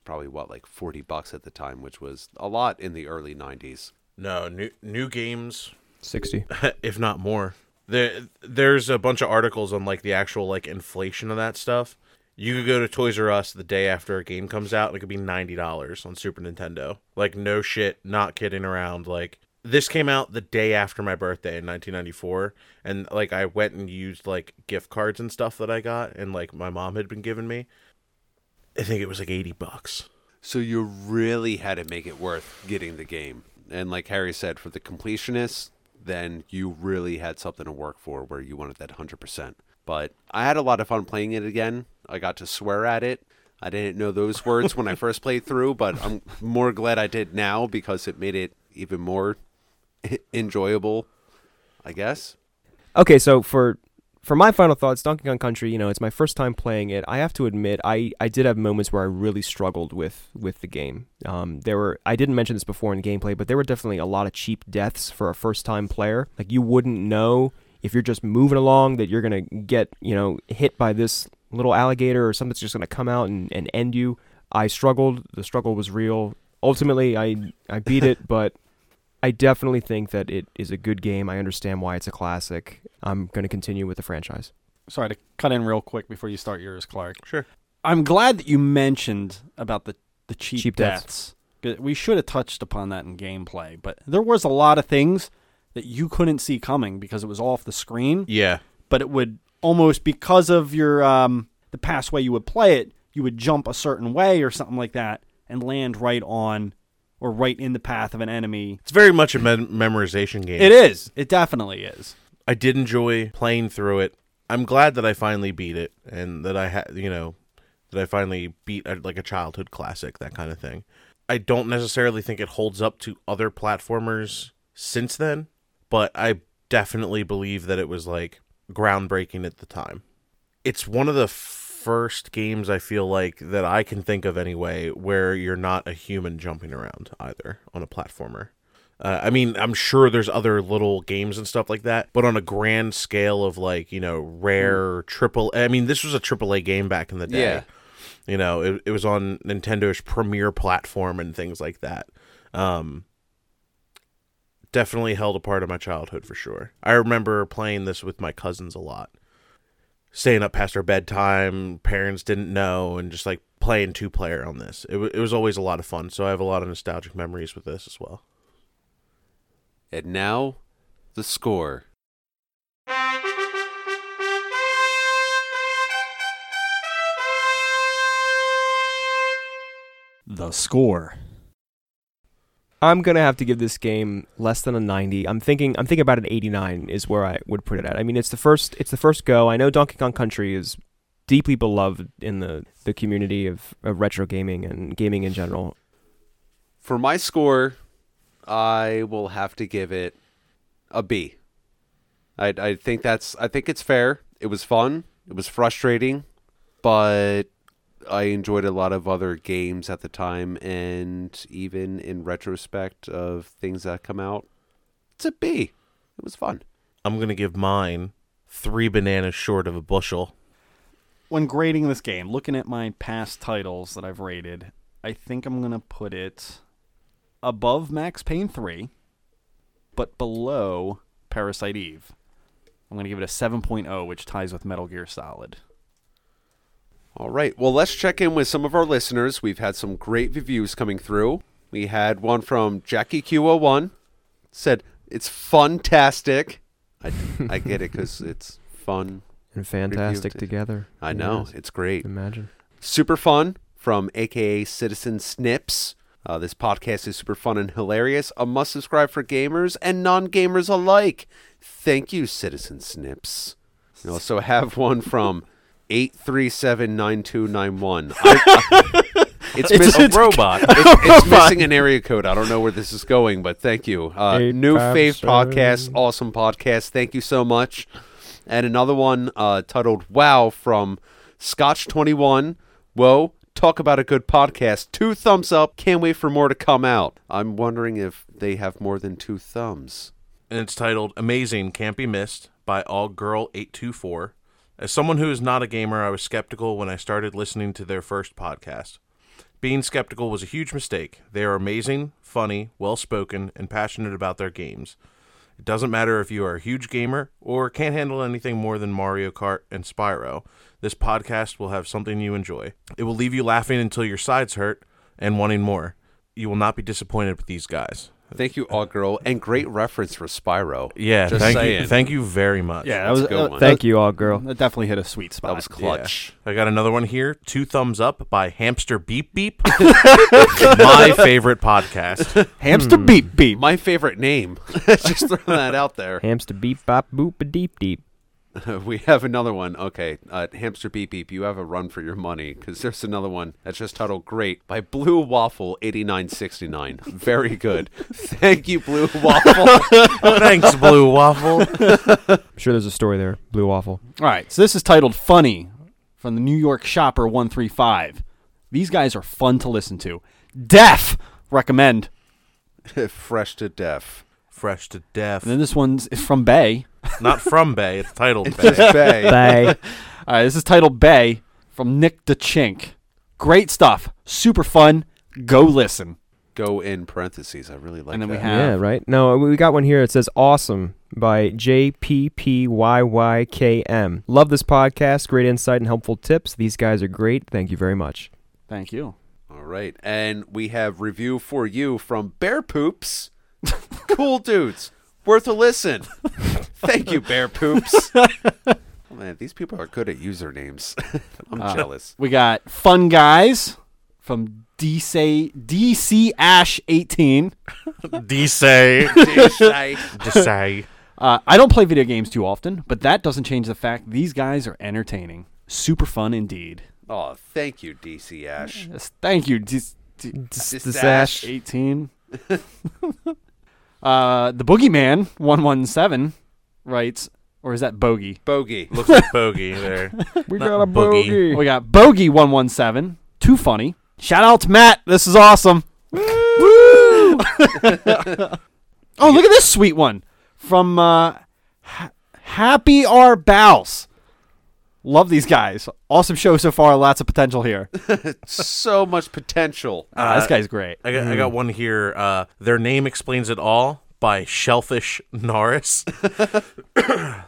probably what like 40 bucks at the time, which was a lot in the early 90s. No, new new games Sixty. if not more. There, there's a bunch of articles on like the actual like inflation of that stuff. You could go to Toys R Us the day after a game comes out, and it could be ninety dollars on Super Nintendo. Like no shit, not kidding around. Like this came out the day after my birthday in 1994, and like I went and used like gift cards and stuff that I got, and like my mom had been giving me. I think it was like eighty bucks. So you really had to make it worth getting the game. And like Harry said, for the completionists, then you really had something to work for where you wanted that 100%. But I had a lot of fun playing it again. I got to swear at it. I didn't know those words when I first played through, but I'm more glad I did now because it made it even more enjoyable, I guess. Okay, so for for my final thoughts, Donkey Kong Country, you know, it's my first time playing it. I have to admit, I, I did have moments where I really struggled with with the game. Um, there were I didn't mention this before in gameplay, but there were definitely a lot of cheap deaths for a first time player. Like you wouldn't know if you're just moving along that you're gonna get you know hit by this little alligator or something's just gonna come out and, and end you. I struggled. The struggle was real. Ultimately, I I beat it, but I definitely think that it is a good game. I understand why it's a classic. I'm going to continue with the franchise. Sorry to cut in real quick before you start yours, Clark. Sure. I'm glad that you mentioned about the, the cheap, Cheap deaths. 'Cause We should have touched upon that in gameplay, but there was a lot of things that you couldn't see coming because it was off the screen. Yeah, but it would almost because of your um, the past way you would play it, you would jump a certain way or something like that and land right on or right in the path of an enemy. it's very much a mem- memorization game. It is. It definitely is. I did enjoy playing through it. I'm glad that I finally beat it and that I had, you know, that I finally beat a, like a childhood classic, that kind of thing. I don't necessarily think it holds up to other platformers since then, but I definitely believe that it was like groundbreaking at the time. It's one of the first games I feel like that I can think of anyway where you're not a human jumping around either on a platformer. Uh, I mean, I'm sure there's other little games and stuff like that, but on a grand scale of like you know rare triple. I mean, this was a triple A game back in the day. Yeah. You know, it, it was on Nintendo's premier platform and things like that. Um, definitely held a part of my childhood for sure. I remember playing this with my cousins a lot, staying up past our bedtime. Parents didn't know, and just like playing two player on this. It, wa it was always a lot of fun. So I have a lot of nostalgic memories with this as well. And now, the score. The score. I'm going to have to give this game less than a 90. I'm thinking I'm thinking about an 89 is where I would put it at. I mean, it's the first it's the first go. I know Donkey Kong Country is deeply beloved in the the community of, of retro gaming and gaming in general. For my score, I will have to give it. a B. I I think that's I think it's fair. It was fun. It was frustrating, but I enjoyed a lot of other games at the time, and even in retrospect of things that come out, it's a B. It was fun. I'm gonna give mine three bananas short of a bushel. when grading this game, looking at my past titles that I've rated, I think I'm going to put it above Max Payne 3, but below Parasite Eve. I'm going to give it a 7.0, which ties with Metal Gear Solid. All right. Well, let's check in with some of our listeners. We've had some great reviews coming through. We had one from Jackie Q01 said it's funtastic. I I get it cuz it's fun. And fantastic Reviewed it. together. I know. Yes. It's great. Imagine. Super Fun from AKA Citizen Snips. Uh, this podcast is super fun and hilarious. A must subscribe for gamers and non gamers alike. Thank you, Citizen Snips. We also have one from 8379291. I- I- It's, miss- a robot. it's, it's missing an area code. I don't know where this is going, but thank you. Uh, Eight new five fave seven. podcast, awesome podcast. Thank you so much. And another one uh, titled "Wow" from Scotch Twenty One. Whoa, talk about a good podcast. Two thumbs up. Can't wait for more to come out. I'm wondering if they have more than two thumbs. and it's titled Amazing Can't Be Missed by All Girl 824. As someone who is not a gamer, I was skeptical when I started listening to their first podcast. Being skeptical was a huge mistake. They are amazing, funny, well spoken, and passionate about their games. It doesn't matter if you are a huge gamer or can't handle anything more than Mario Kart and Spyro, this podcast will have something you enjoy. It will leave you laughing until your sides hurt and wanting more. You will not be disappointed with these guys. Thank you, all girl, and great reference for Spyro. Yeah, Just thank saying. you, thank you very much. Yeah, that was- a good that- one. Thank you, all girl. That definitely hit a sweet spot. That was clutch. I got another one here. Two thumbs up by Hamster Beep Beep. My favorite podcast. Hamster Hmm. beep beep. My favorite name. Just throwing that out there. Hamster beep bop boop a deep deep. we have another one. Okay, uh, hamster beep beep. You have a run for your money because there's another one that's just titled "Great" by Blue Waffle eighty nine sixty nine. Very good. Thank you, Blue Waffle. Thanks, Blue Waffle. I'm sure there's a story there. Blue waffle. All right, so this is titled Funny from the New York Shopper 135. These guys are fun to listen to. Deaf! Recommend. Fresh to deaf. Fresh to death. And then this one's from Bay. Not from Bay. It's titled It's Bay. Bay. Bye. All right, this is titled Bay from Nick DeChink. Great stuff. Super fun. Go listen. Go in parentheses. I really like. And then we that. have- yeah, right? No, we got one here. It says Awesome by JPPYYKM. Love this podcast. Great insight and helpful tips. These guys are great. Thank you very much. Thank you. All right, and we have review for you from Bear Poops. cool dudes, worth a listen. Thank you, Bear Poops. Oh, man, these people are good at usernames. I'm Uh. jealous. We got Fun Guys from DC, DC Ash 18. D-say. D-say. Uh, I don't play video games too often, but that doesn't change the fact these guys are entertaining. Super fun indeed. Oh, thank you, DC Ash. Yes, thank you, DC Disash. 18. uh, the Boogeyman 117 writes, or is that Bogey? Bogey. Looks like Bogey there. We Not got a boogie. bogey. We got Bogey one one seven. Too funny. Shout out to Matt. This is awesome. Woo! oh, look at this sweet one from uh, ha- Happy R Bouse. Love these guys. Awesome show so far. Lots of potential here. so much potential. Ah, this guy's great. I got, I got one here. Uh, Their name explains it all by Shellfish Norris.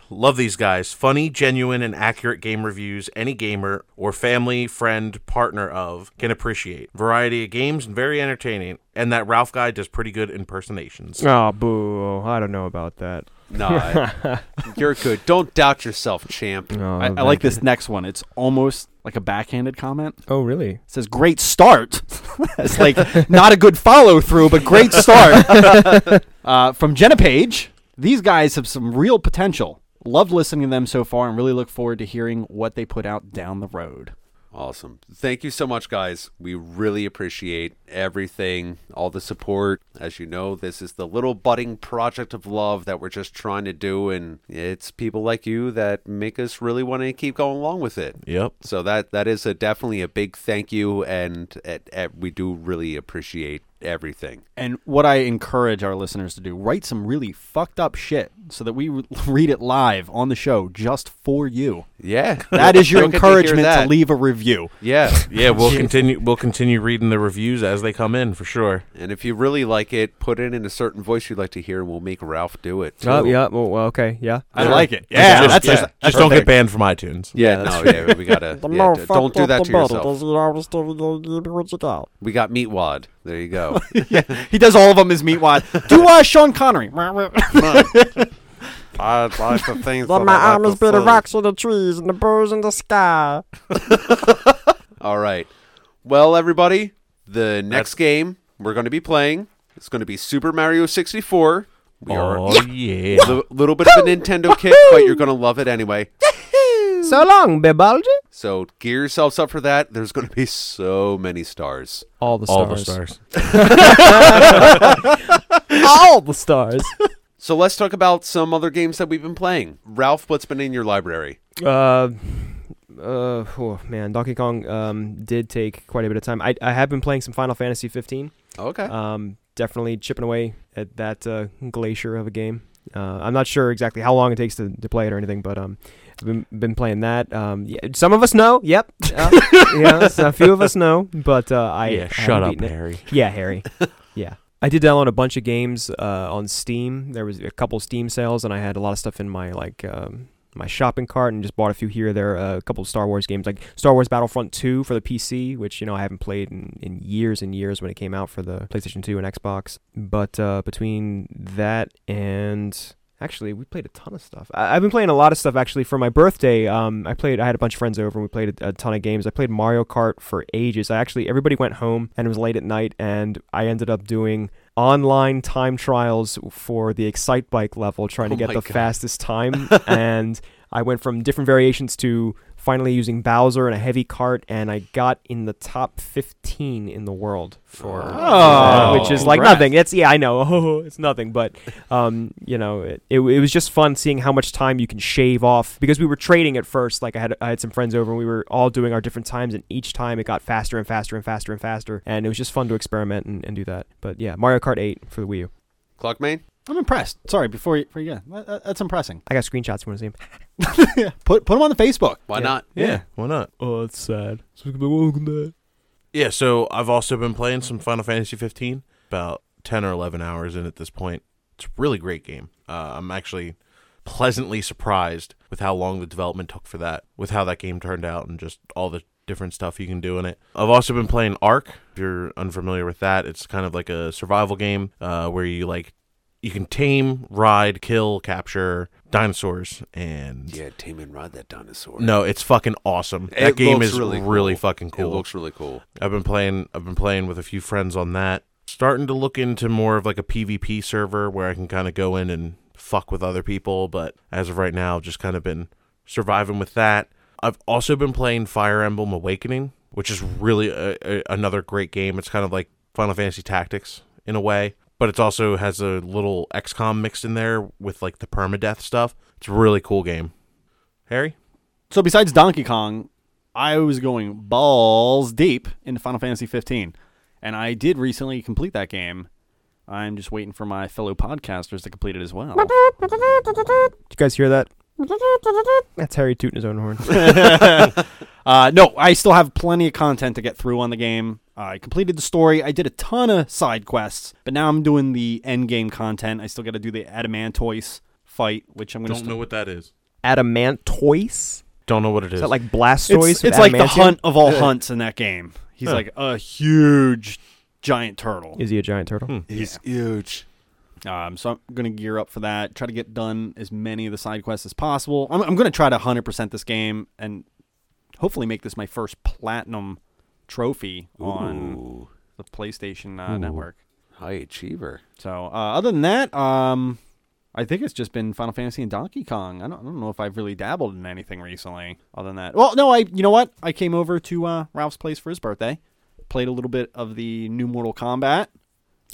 Love these guys. Funny, genuine, and accurate game reviews any gamer or family, friend, partner of can appreciate. Variety of games and very entertaining. And that Ralph guy does pretty good impersonations. Oh, boo. I don't know about that. Nah, you're good. Don't doubt yourself, champ. Oh, I, I like this next one. It's almost like a backhanded comment. Oh, really? It says great start. it's like not a good follow through, but great start. uh, from Jenna Page, these guys have some real potential. Loved listening to them so far, and really look forward to hearing what they put out down the road. Awesome. Thank you so much, guys. We really appreciate everything, all the support. As you know, this is the little budding project of love that we're just trying to do, and it's people like you that make us really want to keep going along with it. Yep. So that that is a definitely a big thank you, and it, it- we do really appreciate everything. And what I encourage our listeners to do, write some really fucked up shit so that we re- read it live on the show just for you. Yeah, That is your You'll get to hear encouragement to, that. leave a review. Yeah, Yeah, we'll continue. We'll continue reading the reviews as they come in for sure. and if you really like it, put it in a certain voice you'd like to hear, and we'll make Ralph do it. Oh, too. yeah. Well, well, okay. Yeah. I like it. Yeah, Yeah, just, that's just, a- just don't get banned from iTunes. Yeah, no, yeah, we gotta. yeah, d- don't do that to yourself. We got Meatwad. There you go. He does all of them as Meatwad. do uh, Sean Connery. I like the things But that my I arm like is to built of see. rocks in the trees and the birds in the sky. All right. Well, everybody, the next game we're going to be playing is going to be Super Mario 64. We are Oh yeah. a li- little bit of a Nintendo kick, but you're going to love it anyway. So long, Bibaldi. So gear yourselves up for that. There's going to be so many stars. All the stars. All the stars. All the stars. So let's talk about some other games that we've been playing. Ralph, what's been in your library? uh, uh, oh, man, Donkey Kong um, did take quite a bit of time. I, I have been playing some Final Fantasy 15. Okay. Um, definitely chipping away at that uh, glacier of a game. Uh, I'm not sure exactly how long it takes to, to play it or anything, but um, I've been, been playing that. Um, yeah, some of us know. Yep. Uh, yeah, so a few of us know, but uh, I yeah, I shut haven't up, beaten it. Harry. Yeah, Harry. yeah. I did download a bunch of games uh, on Steam. There was a couple Steam sales, and I had a lot of stuff in my like um, my shopping cart, and just bought a few here or there. Uh, a couple of Star Wars games, like Star Wars Battlefront 2 for the PC, which you know I haven't played in, in years and years when it came out for the PlayStation 2 and Xbox. But uh, between that and Actually, we played a ton of stuff. I- I've been playing a lot of stuff actually for my birthday. Um, I played. I had a bunch of friends over, and we played a, a ton of games. I played Mario Kart for ages. I actually everybody went home, and it was late at night, and I ended up doing online time trials for the Excite Bike level, trying Oh to get my the God. fastest time. and I went from different variations to finally using Bowser and a heavy cart, and I got in the top fifteen in the world for Oh, which is like congrats. nothing. It's yeah, I know. Oh, it's nothing, but um, you know, it, it, it was just fun seeing how much time you can shave off because we were trading at first. Like I had I had some friends over and we were all doing our different times, and each time it got faster and faster and faster and faster, and it was just fun to experiment and, and do that. But yeah, Mario Kart 8 for the Wii U. Clockmane? I'm impressed. Sorry, before you, before you go, that, that's impressing. I got screenshots. You want to see 'em? Put put them on the Facebook. Why Yeah. not? Yeah, why not? Oh, it's sad. Yeah, so I've also been playing some Final Fantasy 15, about 10 or 11 hours in at this point. It's a really great game. Uh, I'm actually pleasantly surprised with how long the development took for that, with how that game turned out, and just all the different stuff you can do in it. I've also been playing Ark. If you're unfamiliar with that, it's kind of like a survival game uh, where you like you can tame, ride, kill, capture dinosaurs, and Yeah, tame and ride that dinosaur. no, it's fucking awesome. It that game looks is really really, cool. fucking cool. It looks really cool. I've been playing I've been playing with a few friends on that. Starting to look into more of like a PvP server where I can kind of go in and fuck with other people, but as of right now, I've just kind of been surviving with that. I've also been playing Fire Emblem Awakening, which is really a, a, another great game. It's kind of like Final Fantasy Tactics in a way, but it also has a little XCOM mixed in there with like the permadeath stuff. It's a really cool game. Harry? So besides Donkey Kong, I was going balls deep into Final Fantasy 15, and I did recently complete that game. I'm just waiting for my fellow podcasters to complete it as well. Did you guys hear that? That's Harry tooting his own horn. Uh, no, I still have plenty of content to get through on the game. I completed the story. I did a ton of side quests, but now I'm doing the end game content. I still got to do the Adamantoise fight, which I'm gonna. st- what that is. Adamantoise? Don't know what it is. Is that like Blastoise? It's, with it's like the adamantium? hunt of all hunts in that game. He's like a huge giant turtle. Is he a giant turtle? He's huge. Um, so I'm gonna gear up for that. Try to get done as many of the side quests as possible. I'm, I'm gonna try to 100% this game and hopefully make this my first platinum trophy on Ooh, the PlayStation uh, network. high achiever. So uh, other than that, um, I think it's just been Final Fantasy and Donkey Kong. I don't, I don't know if I've really dabbled in anything recently other than that. Well, no, I you know what? I came over to uh, Ralph's place for his birthday, played a little bit of the new Mortal Kombat.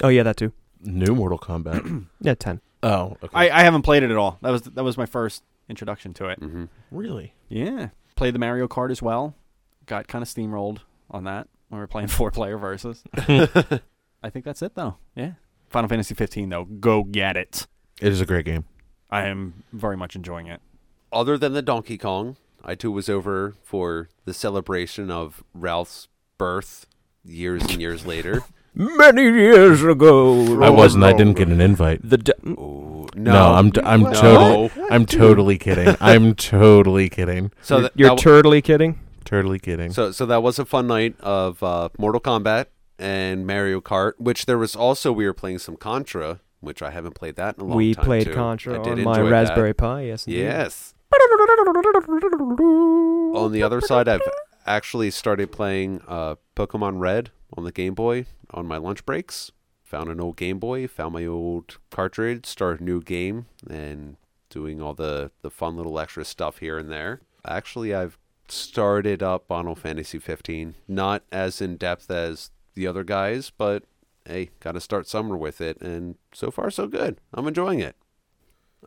Oh yeah, that too. New Mortal Kombat. Yeah, ten. oh, okay. I, I haven't played it at all. That was that was my first introduction to it. Mm-hmm. really? Yeah, played the Mario Kart as well. Got kind of steamrolled on that when we were playing four player versus. I think that's it though. Yeah, Final Fantasy 15 though, go get it. It is a great game. I am very much enjoying it. Other than the Donkey Kong, I too was over for the celebration of Ralph's birth years and years later. Many years ago, I wasn't. I didn't get an invite. the de- Ooh, No, I'm t- I'm No. totally I'm totally kidding. I'm totally kidding. So you're, that, you're that- totally kidding. Totally kidding. So so that was a fun night of uh, Mortal Kombat and Mario Kart, which there was also we were playing some Contra, which I haven't played that in a long We time. played too. Contra I did on my enjoy that. Raspberry Pi. Yes. indeed. Yes. On the other side, I've actually started playing uh, Pokemon Red on the Game Boy on my lunch breaks. Found an old Game Boy, found my old cartridge, started a new game, and doing all the, the fun little extra stuff here and there. Actually, I've started up Final Fantasy 15, not as in depth as the other guys, but hey, got to start somewhere with it, and so far, so good. I'm enjoying it.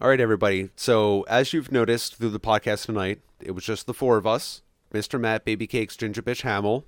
All right, everybody. So, as you've noticed through the podcast tonight, it was just the four of us Mr. Matt, Baby Cakes, Ginger Bitch Hamill.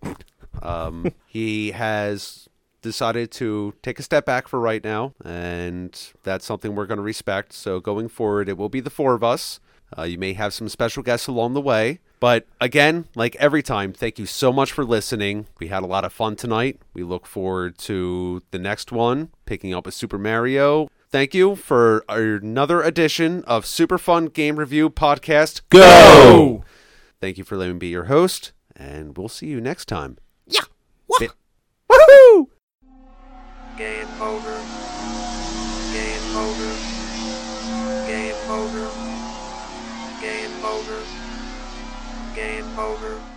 Um, he has decided to take a step back for right now, and that's something we're going to respect. So, going forward, it will be the four of us. Uh, you may have some special guests along the way. But again, like every time, thank you so much for listening. We had a lot of fun tonight. We look forward to the next one, picking up with Super Mario. Thank you for another edition of Super Fun Game Review Podcast. Go! Thank you for letting me be your host, and we'll see you next time. Yeah! Woohoo! Game over. Game over. Game over. Game over. Game over.